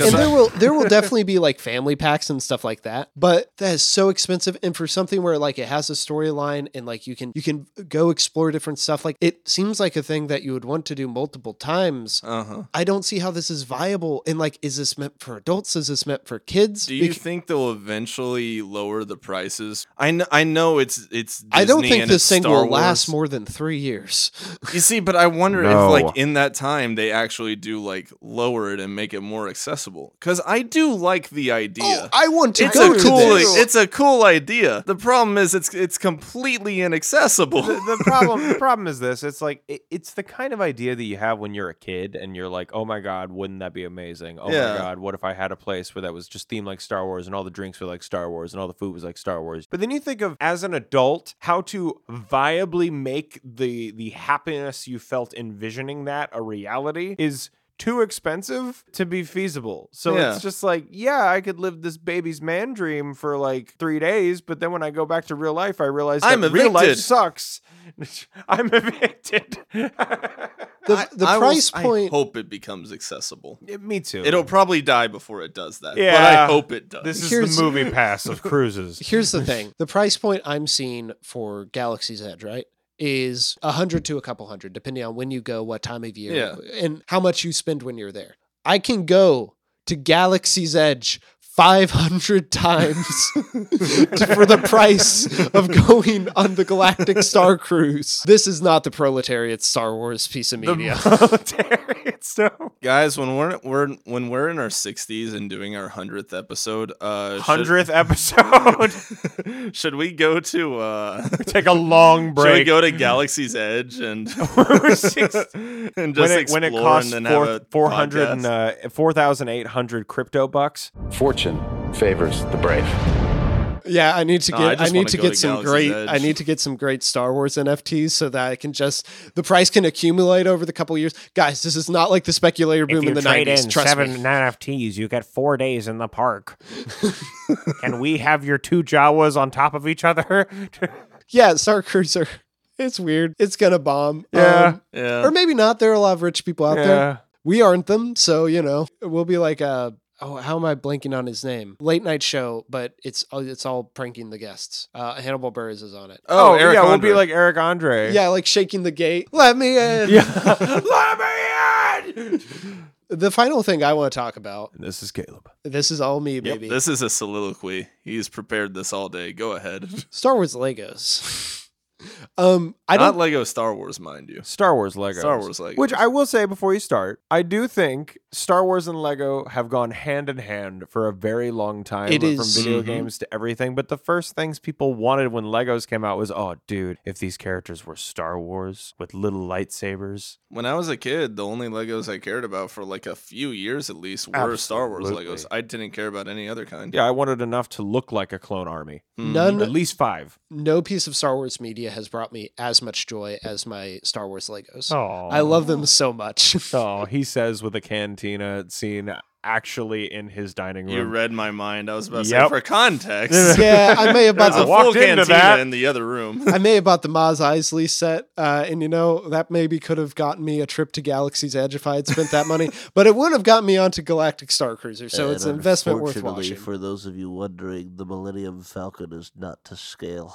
And there will there will definitely be like family packs and stuff like that. But that is so expensive. And for something where like it has a storyline and like you can you can go explore different stuff. Like it seems like a thing that you would want to do multiple times. Uh huh. I don't see how this is viable. And like, is this meant for adults? Is this meant for kids? Do you Bec- think they'll eventually lower the prices? I know, I know it's it's. Disney I don't think and this it's thing Star will Wars. last more than three years. You see, but I wonder No. if like in that time they actually do like lower it and make it more accessible. Because I do like the idea. Oh, I want to it's go a to cool this. it's a cool idea. The problem is it's it's completely inaccessible. the, the problem the problem is this it's like it, it's the kind of idea that you have when you're a kid and you're like oh my god wouldn't that be amazing oh Yeah. my god what if i had a place where that was just themed like star wars and all the drinks were like star wars and all the food was like star wars but then you think of as an adult how to viably make the the happiness you felt envisioning that a reality is too expensive to be feasible. So Yeah. it's just like, yeah, I could live this baby's man dream for like three days, but then when I go back to real life, I realize I'm that real life evicted. sucks. I'm evicted. the, the I will- price point. I hope it becomes accessible. Me too. It'll probably die before it does that. But I Yeah. hope it does. This is Here's- the movie pass of cruises. Here's the thing: the price point I'm seeing for Galaxy's Edge, right, is a hundred to a couple hundred, depending on when you go, what time of year, Yeah. and how much you spend when you're there. I can go to Galaxy's Edge. 500 times to- for the price of going on the Galactic Star Cruise. This is not the proletariat Star Wars piece of media. proletariat stuff. Guys, when we're, we're when we're in our 60s and doing our 100th episode, uh should- Hundredth episode. should, we go to uh Take a long should we break. go to Galaxy's Edge and We're six- and just when it, when it explore costs and then four, have a 400 podcast? and, uh, 4,800 crypto bucks. Fortune favors the brave. Yeah, I need to No, get I I, just need wanna to go get to some Galaxy's great I Edge. need to get some great Star Wars NFTs so that I can just the price can accumulate over the couple years. Guys, this is not like the speculator boom in the nineties. Trust me. NFTs, you get four days in the park. Can we have your two Jawas on top of each other? Yeah, Star Cruiser. It's weird. It's gonna bomb. um, Yeah. yeah. or maybe not. There are a lot of rich people out Oh, there. We aren't them, so you know we'll be like uh oh how am I blanking on his name? Late night show, but it's uh, it's all pranking the guests. Uh, Hannibal Burris is on it. Oh, yeah, we'll be Andre. like Eric Andre. Yeah, like shaking the gate. Let me in. Let me in! The final thing I want to talk about. This is Caleb. This is all me, Yep, baby. this is a soliloquy. He's prepared this all day. Go ahead. Star Wars Legos. um, I Not don't. Lego Star Wars, mind you. Star Wars Lego. Star Wars Legos. Which I will say before you start, I do think Star Wars and Lego have gone hand in hand for a very long time It from is. video Mhm. games to everything. But the first things people wanted when Legos came out was, oh, dude, if these characters were Star Wars with little lightsabers. When I was a kid, the only Legos I cared about for like a few years at least were Star Wars Absolutely. Legos. I didn't care about any other kind. Yeah, I wanted enough to look like a clone army. Mhm. None, At least five. no piece of Star Wars media has brought me as much joy as my Star Wars Legos. Oh, I love them so much. Oh, he says with a cantina scene actually in his dining room. You read my mind. I was about to say Mm. Yep. for context. yeah, I may have bought There's I a the, walked full into cantina that. in the other room. I may have bought the Maz Eisley set, uh, and you know that maybe could have gotten me a trip to Galaxy's Edge if I had spent that money, but it would have gotten me onto Galactic Star Cruiser. So it's an And investment worth unfortunately, watching. For those of you wondering, the Millennium Falcon is not to scale.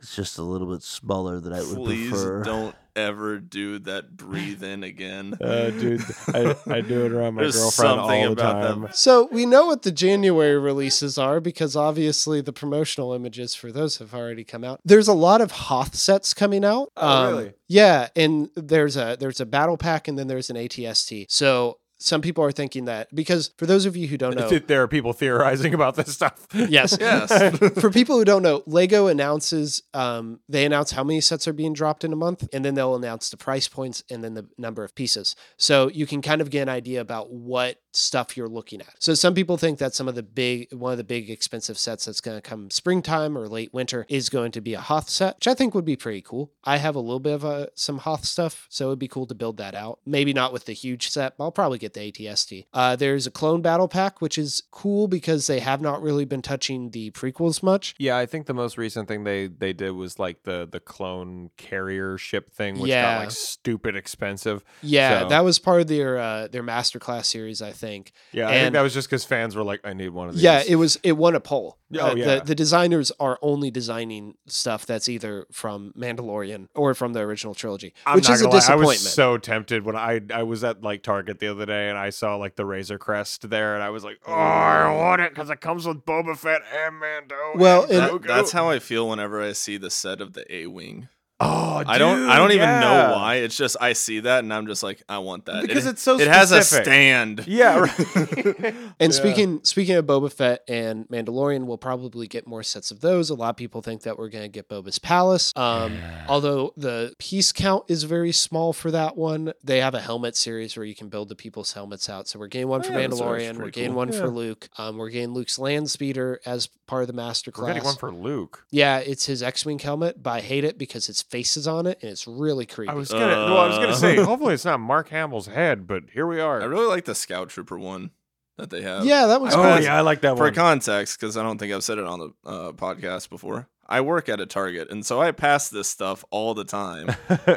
It's just a little bit smaller than I would Please prefer. don't ever do that breathe in again. Uh, dude, I, I do it around my There's girlfriend something all the about time. them. So we know what the January releases are because obviously the promotional images for those have already come out. There's a lot of Hoth sets coming out. Um, Oh, really? Yeah, and there's a there's a battle pack and then there's an ATST. So Some people are thinking that because for those of you who don't know, there are people theorizing about this stuff. yes, Yes. for people who don't know, Lego announces um, they announce how many sets are being dropped in a month, and then they'll announce the price points and then the number of pieces. So you can kind of get an idea about what stuff you're looking at. So some people think that some of the big one of the big expensive sets that's going to come springtime or late winter is going to be a Hoth set, which I think would be pretty cool. I have a little bit of uh some Hoth stuff, so it'd be cool to build that out. Maybe not with the huge set, but I'll probably get the ATSD. Uh, there's a clone battle pack, which is cool because they have not really been touching the prequels much. Yeah, I think the most recent thing they they did was like the the clone carrier ship thing, which got Yeah. like stupid expensive. Yeah, So- that was part of their uh, their masterclass series, I think. Yeah, I think And- that was just because fans were like, "I need one of these." Yeah, it was. It won a poll. Oh, Uh, yeah. The, the designers are only designing stuff that's either from Mandalorian or from the original trilogy, I'm which not is a gonna lie, disappointment. I was so tempted when I I was at like Target the other day and I saw like the Razor Crest there, and I was like, "Oh, I want it because it comes with Boba Fett and Mando." Well, and it- That- Grogu." that's how I feel whenever I see the set of the A wing. Oh, I don't. I don't dude, even yeah. know why. It's just I see that and I'm just like, I want that Because It- it's so It has a specific. stand. Yeah. Right. And Yeah. speaking speaking of Boba Fett and Mandalorian, we'll probably get more sets of those. A lot of people think that we're going to get Boba's Palace. Um, Although the piece count is very small for that one. They have a helmet series where you can build the people's helmets out. So we're getting one Oh, for yeah, that's always Mandalorian. We're pretty getting cool. one Yeah. for Luke. Um, we're getting Luke's land speeder as part of the master we're getting class. one for Luke. yeah, it's his X-wing helmet, but I hate it because his face is on it and it's really creepy. I was gonna. well, I was gonna Uh. say. Hopefully, it's not Mark Hamill's head, but here we are. I really like the Scout Trooper one that they have. yeah, that one's oh I cool. was- yeah, I like that For one. context, because I don't think I've said it on the uh, podcast before, I work at a Target, and so I pass this stuff all the time.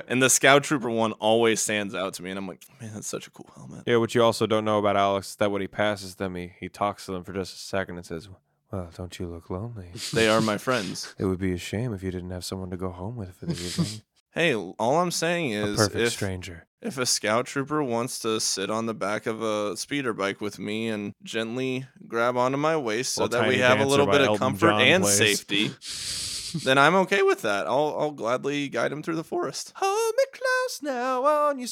and the Scout Trooper one always stands out to me, and I'm like, man, that's such a cool helmet. yeah, what you also don't know about Alex is that when he passes them, he, he talks to them for just a second and says, "Well, don't you look lonely? They are my friends. It would be a shame if you didn't have someone to go home with for the evening. Hey, all I'm saying a is perfect if, stranger." if a Scout Trooper wants to sit on the back of a speeder bike with me and gently grab onto my waist so Little that we Tiny have a Dancer little by bit of Elton comfort John and plays. safety, then I'm okay with that. I'll, I'll gladly guide him through the forest. Hold me close now on your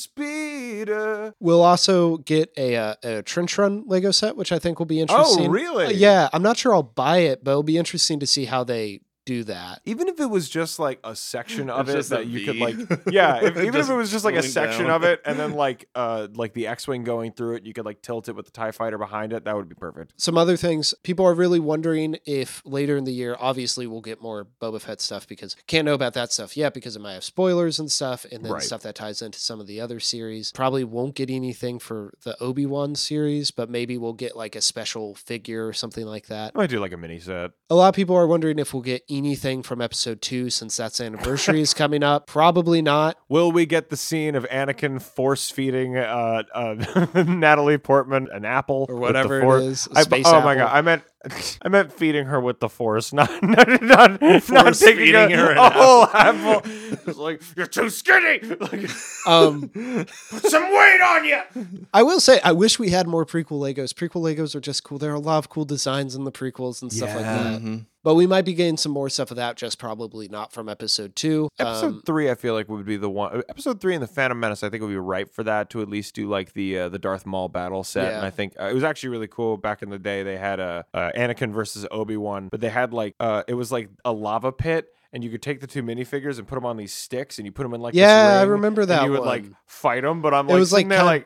speeder. We'll also get a, uh, a trench run Lego set, which I think will be interesting. Oh, really? Uh, yeah, I'm not sure I'll buy it, but it'll be interesting to see how they do that. even if it was just like a section of It's it just a that you could V. like yeah if, even if Just it was just like a going section down. of it and then like uh like the x-wing going through it you could like tilt it with the tie fighter behind it that would be perfect Some other things people are really wondering if later in the year, obviously, we'll get more Boba Fett stuff because can't know about that stuff yet because it might have spoilers and stuff, and then Right. stuff that ties into some of the other series. Probably won't get anything for the Obi Wan series, but maybe we'll get like a special figure or something like that. i might do like a mini set A lot of people are wondering if we'll get anything from episode two since that's anniversary is coming up. Probably not. will we get the scene of anakin force feeding uh, uh natalie portman an apple with Or the whatever it force? is, a I- space oh my apple. god i meant i meant feeding her with the force not not not, not Force taking a, feeding her an a whole apple It's like you're too skinny like, Um, put some weight on you I will say, I wish we had more prequel Legos. Prequel Legos are just cool. There are a lot of cool designs in the prequels and stuff like that. mm-hmm. Mhm. But we might be getting some more stuff of that, just probably not from episode two. Episode Um, three, I feel like would be the one. uh, Episode three and the Phantom Menace, I think would be ripe for that to at least do like the uh, the Darth Maul battle set. Yeah. And I think uh, it was actually really cool back in the day. They had a uh, Anakin versus Obi Wan, but they had like uh, it was like a lava pit. And you could take the two minifigures and put them on these sticks, and you put them in like this Yeah, I ring, remember and that you would like one. fight them, but I'm it like was like sitting there, kind like of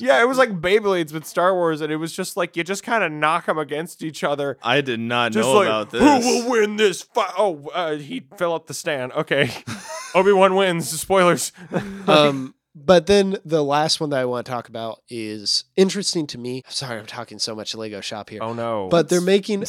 yeah, it was like Beyblades with Star Wars, and it was just like you just kind of knock them against each other, I did not just know like, about this. Who will win this fight? Oh, uh, he fell up the stand. Okay. Obi Wan wins. Spoilers. um, but then the last one that I want to talk about is interesting to me. Sorry, I'm talking so much Lego shop here. oh no. but they're making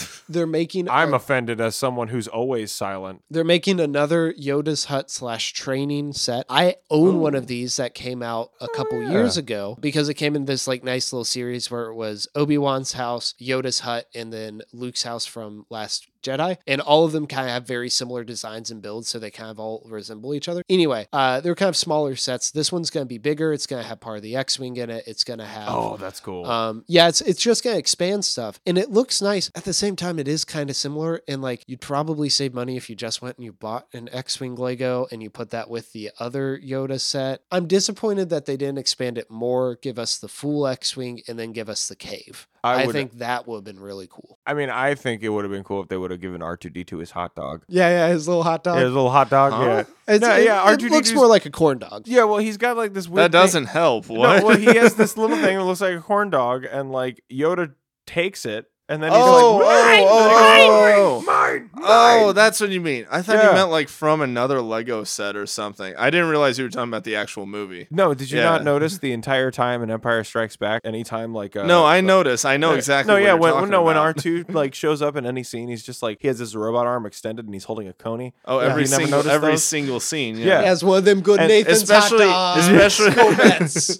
they're making I'm offended as someone who's always silent. They're making another Yoda's Hut slash training set. I own one of these that came out a couple years ago because it came in this like nice little series where it was Obi Wan's house, Yoda's hut, and then Luke's house from last Jedi, and all of them kind of have very similar designs and builds, so they kind of all resemble each other. Anyway, uh, they're kind of smaller sets. This one's going to be bigger. It's going to have part of the X-wing in it. It's going to have Oh, that's cool. um, yeah, it's it's just gonna expand stuff, and it looks nice. At the same time, it is kind of similar, and like you'd probably save money if you just went and you bought an X-wing Lego and you put that with the other Yoda set. I'm disappointed that they didn't expand it more, give us the full X-wing, and then give us the cave. I I, would- think that would have been really cool. I mean, I think it would have been cool if they would have given R two D two his hot dog. Yeah, yeah, his little hot Yeah, his little hot dog. Huh? Yeah, No, yeah. R two It looks more like a corn dog. Yeah, well, he's got like this weird. That thing- doesn't help. What? No, well, he has this little thing that looks like a corn dog, and like Yoda takes it, and then he's oh, like, oh, "Mine!" oh, oh, mine, oh, that's what you mean. I thought Yeah. you meant like from another Lego set or something. I didn't realize you were talking about the actual movie. No, did you Yeah. not notice the entire time in Empire Strikes Back? Anytime like uh, no, I uh, noticed. I know no, exactly. No, what yeah, you're when talking no, when about. R two like shows up in any scene, he's just like he has his robot arm extended and he's holding a coney. Oh, Yeah. every You never single noticed every those? single scene. Yeah. Yeah, As one of them good And Nathan's especially hot dogs. especially Go Mets.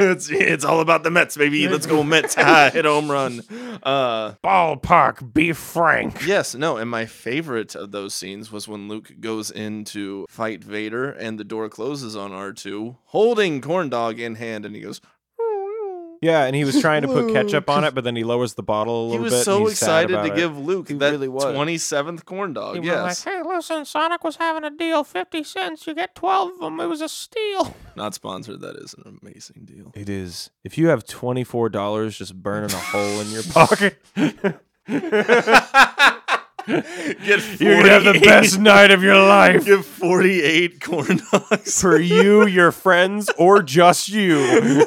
it's, it's all about the Mets, baby. Let's go Mets! Ah, Hit a home run. Uh, Ballpark, be frank. Yes, no, and my favorite of those scenes was when Luke goes in to fight Vader and the door closes on R2 holding corn dog in hand and he goes Yeah, and he was trying to put ketchup on it, but then he lowers the bottle a little he bit. was and so he's sad excited to about it. give Luke He that really was. 27th corn dog. People are like, Yes. hey, listen, Sonic was having a deal, 50 cents. You get 12 of them. It was a steal. Not sponsored, that is an amazing deal. It is. If you have twenty four dollars just burning a hole in your pocket, Get you could have the best night of your life. Give 48 corn dogs. For you, your friends, or just you.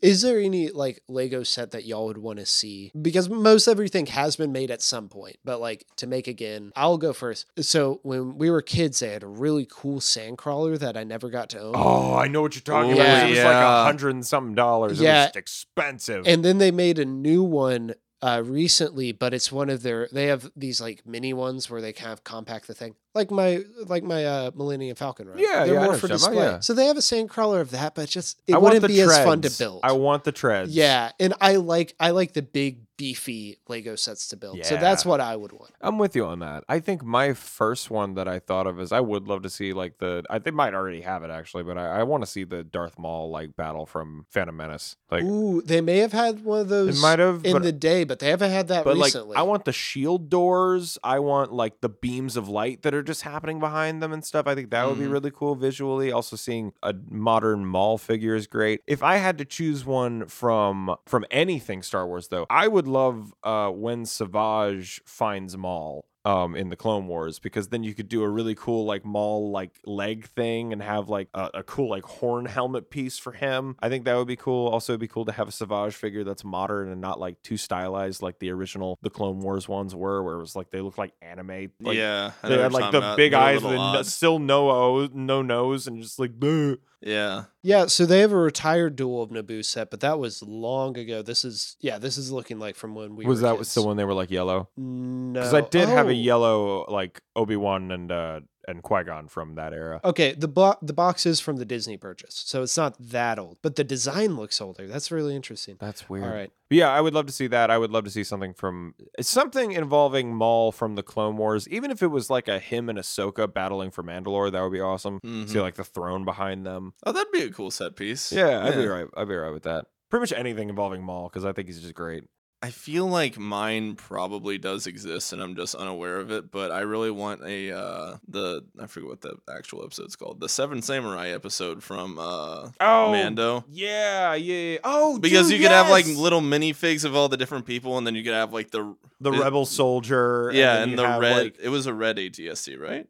Is there any like Lego set that y'all would want to see? Because most everything has been made at some point, but like to make again, I'll go first. So when we were kids, they had a really cool sandcrawler that I never got to own. Oh, I know what you're talking Ooh, about. It was like a yeah. hundred and something dollars. It Yeah. was expensive. And then they made a new one uh recently, but it's one of their they have these like mini ones where they kind of compact the thing. Like my like my uh Millennium Falcon, right? Yeah, They're yeah, I more know for what you're talking display. about, yeah. So they have a sandcrawler of that, but just it I want wouldn't the be as fun to treads. build. I want the treads. Yeah, and I like I like the big beefy Lego sets to build. So that's Yeah. what I would want. I'm with you on that. I think my first one that I thought of is I would love to see like the I they might already have it actually, but I, I want to see the Darth Maul like battle from Phantom Menace. Like Ooh, they may have had one of it those might have in but, the day, but they haven't had that but like recently. I want the shield doors. I want like the beams of light that are just happening behind them and stuff. I think that Mm. would be Mhm. really cool visually. Also seeing a modern Maul figure is great. If I had to choose one from from anything Star Wars though, I would love uh when Savage finds Maul. Um, in the Clone Wars, because then you could do a really cool like Maul like leg thing and have like a, a cool like horn helmet piece for him. I think that would be cool. Also, it'd be cool to have a Savage figure that's modern and not like too stylized like the original the Clone Wars ones were, where it was like they look like anime. Like, yeah. I know they what had you're like talking the about. big They're a eyes little with odd. still no o- no nose and just like "Bleh." Yeah. yeah, so they have a retired Duel of Naboo set, but that was long ago. This is yeah, this is looking like from when we was were that kids. was the one they were like yellow No, because I did have a Oh. yellow like Obi Wan and uh and Qui Gon from that era. Okay, the bo- the box is from the Disney purchase, so it's not that old, but the design looks older. That's really interesting. That's weird. All right, Yeah, I would love to see that. I would love to see something from something involving Maul from the Clone Wars, even if it was like a him and Ahsoka battling for Mandalore. That would be awesome. See Mhm. like the throne behind them. Oh, that'd be a cool set piece. Yeah, I'd be right. I'd be right with that. Pretty much anything involving Maul because I think he's just great. I feel like mine probably does exist, and I'm just unaware of it. But I really want a uh, the I forget what the actual episode's called, the Seven Samurai episode from uh, Oh, Mando. Yeah, yeah. yeah. Oh, Because dude, you could have like yes! little minifigs of all the different people, and then you could have like the the it- rebel soldier. yeah, then and you the have, red. Like, it was a red ATSC, right?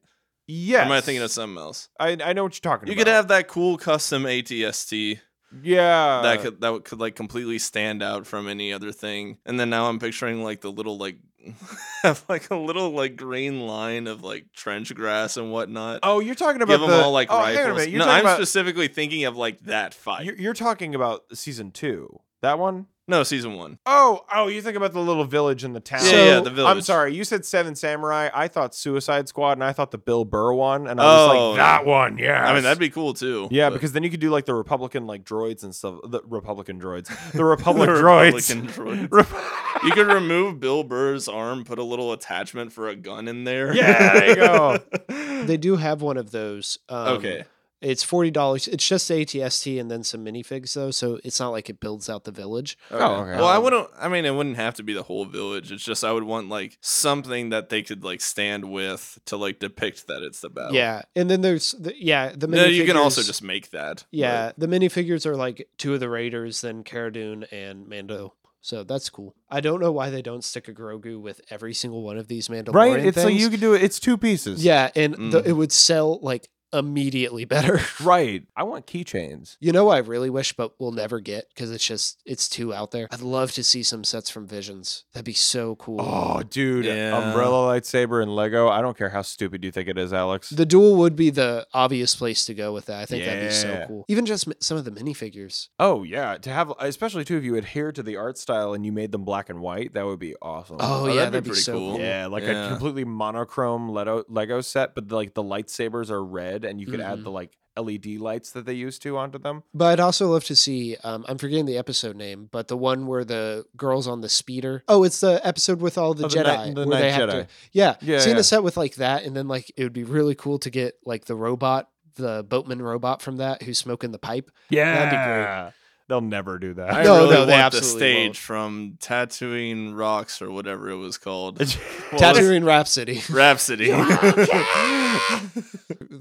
yes. Or am I thinking of something else? I, I know what you're talking You about. could have that cool custom ATST yeah. that could that could like completely stand out from any other thing. And then now I'm picturing like the little like have like a little like green line of like trench grass and whatnot. Oh, you're talking about Give them the, all like oh, Hang on a rifles. minute. You're No, talking I'm about, specifically thinking of like that fight. You're, you're talking about season two. That one? no, season one. Oh, oh, you think about the little village in the town. Yeah, So- yeah, the I'm village. sorry, you said Seven Samurai. I thought Suicide Squad, and I thought the Bill Burr one, and I Oh. was like, that one, yeah. I mean that'd be cool too. yeah, but- because then you could do like the Republican like droids and stuff. The Republican droids, the Republic The droids. Republican droids. Rep- You could remove Bill Burr's arm, put a little attachment for a gun in there. Yeah, there you go. They do have one of those. Um, okay. It's forty dollars. It's just ATST and then some minifigs though, so it's not like it builds out the village. Oh, okay. Well, I wouldn't. I mean, it wouldn't have to be the whole village. It's just I would want like something that they could like stand with to like depict that it's the battle. Yeah, and then there's the, yeah the Oh. No, you can also minifigures- just make that. yeah but- the minifigures are like two of the raiders, then Cara Dune and Mando. So that's cool. I don't know why they don't stick a Grogu with every single one of these Mandalorian right? It's like things. you could do it. It's two pieces. yeah, and the, Mm. it would sell like immediately better. Right. I want keychains. You know, what I really wish, but we'll never get because it's just it's too out there. I'd love to see some sets from Visions. That'd be so cool. Oh, dude. Yeah. Umbrella lightsaber and Lego. I don't care how stupid you think it is, Alex. The duel would be the obvious place to go with that. I think that'd be so Yeah. cool. Even just m- some of the minifigures. oh, yeah. To have, especially too, if you adhere to the art style and you made them black and white, that would be awesome. Oh, yeah, that'd, be, pretty so cool. cool. Yeah, like Yeah. a completely monochrome Lego Lego set, but like the lightsabers are red, and you could Mhm. add the like LED lights that they used to onto them. But I'd also love to see. Um, I'm forgetting the episode name, but the one where the girls on the speeder. Oh, it's the episode with all the Oh, the Jedi. Night- the where they Night have Jedi. To, yeah, Yeah, Seeing yeah. a set with like that, and then like it would be really cool to get like the robot, the boatman robot from that who's smoking the pipe. That'd be great. They'll never do I that. No, really no, they want the absolutely stage won't. from Tattooing Rocks or whatever it was called. Tatooine Rhapsody. Rhapsody.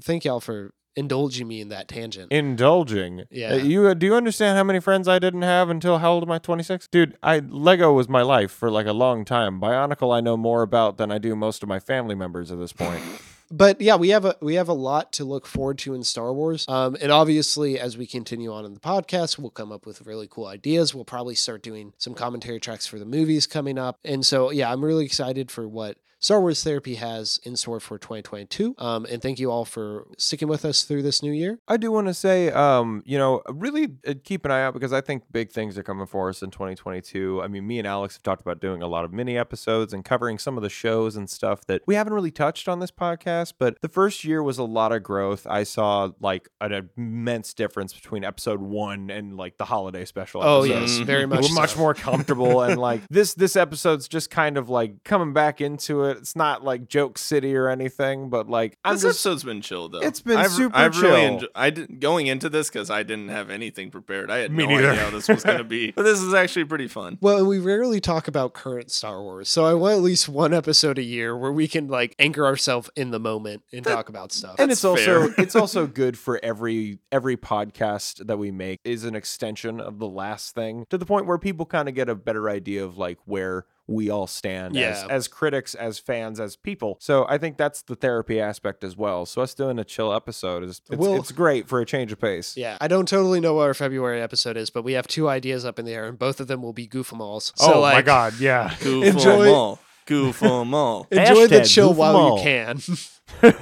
Thank y'all for indulging me in that tangent. Indulging. Yeah. Uh, you uh, do you understand how many friends I didn't have until how old am I? Twenty six. Dude, I Lego was my life for like a long time. Bionicle, I know more about than I do most of my family members at this point. but yeah, we have a we have a lot to look forward to in Star Wars. Um, and obviously, as we continue on in the podcast, we'll come up with really cool ideas. We'll probably start doing some commentary tracks for the movies coming up. And so, yeah, I'm really excited for what Star Wars Therapy has in store for 2022. Um, and thank you all for sticking with us through this new year. I do want to say, um, you know, really uh, keep an eye out because I think big things are coming for us in 2022. I mean, me and Alex have talked about doing a lot of mini episodes and covering some of the shows and stuff that we haven't really touched on this podcast. But the first year was a lot of growth. I saw like an immense difference between episode one and like the holiday special. Oh episode. yes, very much. Mm-hmm. We're much so. more comfortable and like this this episode's just kind of like coming back into it. It's not like joke city or anything, but like I'm this just episode's been chill though. It's been super chill. enjo- I did, going into this because I didn't have anything prepared. I had Me no neither. idea how this was going to be, but this is actually pretty fun. Well, and we rarely talk about current Star Wars, so I want at least one episode a year where we can like anchor ourselves in the moment and talk about stuff. and it's also fair. it's also good for every every podcast that we make is an extension of the last thing to the point where people kind of get a better idea of like where we all stand as, Yeah. as critics as fans as people so i think that's the therapy aspect as well so us doing a chill episode is it's, Well- it's great for a change of pace Yeah, I don't totally know what our February episode is, but we have two ideas up in the air, and both of them will be goofamals. So, oh my like, god yeah Goof 'em Enjoy- all. Goof 'em all. Enjoy the Hashtag chill while goofamal. you can.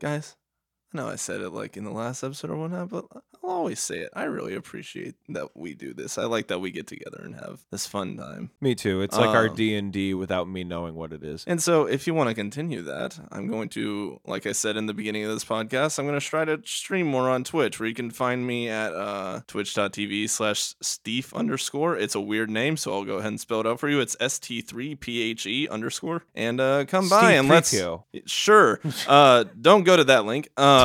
guys. I know I said it like in the last episode or whatnot, but I'll always say it. I really appreciate that we do this. I like that we get together and have this fun time. me too it's like our Um, d&d without me knowing what it is And so, if you want to continue that, I'm going to, like I said in the beginning of this podcast, I'm going to try to stream more on Twitch, where you can find me at uh, twitch.tv slash Steve underscore. It's a weird name, so I'll go ahead and spell it out for you. It's ST3PHE E underscore. And uh, come by Steve and let's. Precchio. Sure. Uh, don't go to that link. Uh,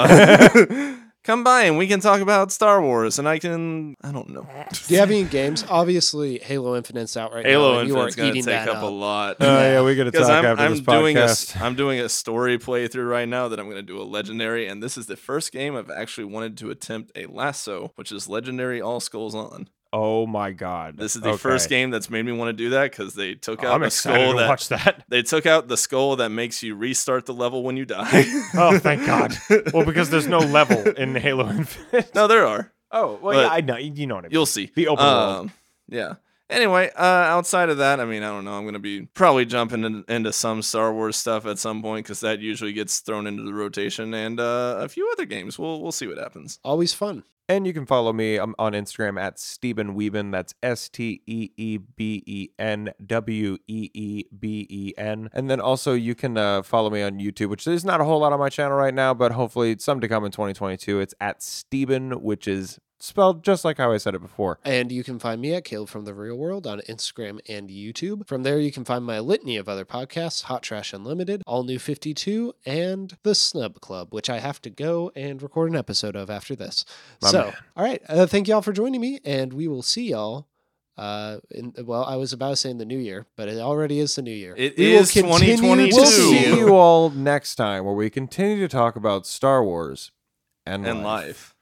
come by and we can talk about Star Wars, and I can. I don't know. Do you have any games? Obviously, Halo Infinite's out right now. Halo and you are Infinite's going to eating take that up, up. a lot. Oh yeah, we got to Because talk I'm, after I'm this doing a podcast. s- I'm doing a story playthrough right now that I'm going to do a legendary, and this is the first game I've actually wanted to attempt a lasso, which is legendary all skulls on. oh my god, This is the Okay. first game that's made me want to do that because they took out I'm the excited skull to that watch that. they took out the skull that makes you restart the level when you die. Oh, thank God. Well, because there's no level in Halo Infinite. no, there are. Oh, well, But- yeah, I know. You know what I mean. You'll see. Um, The open world. Yeah. Anyway, uh, outside of that, I mean, I don't know. I'm going to be probably jumping in, into some Star Wars stuff at some point because that usually gets thrown into the rotation, and uh, a few other games. We'll we'll see what happens. Always fun. and you can follow me um, on Instagram at Steben Wieben. That's S T E E B E N W E E B E N. And then also you can uh, follow me on YouTube, which there's not a whole lot on my channel right now, but hopefully some to come in 2022. It's at Steben, which is spelled just like how I said it before. And you can find me at Caleb from the Real World on Instagram and YouTube. From there, you can find my litany of other podcasts Hot Trash Unlimited, All New 52, and The Snub Club, which I have to go and record an episode of after this. My so, man. all right. Uh, thank you all for joining me, and we will see y'all. Uh, in, well, I was about to say in the new year, but it already is the new year. It We will is continue to 2022. We'll Two. see you all next time where we continue to talk about Star Wars and, and life. life.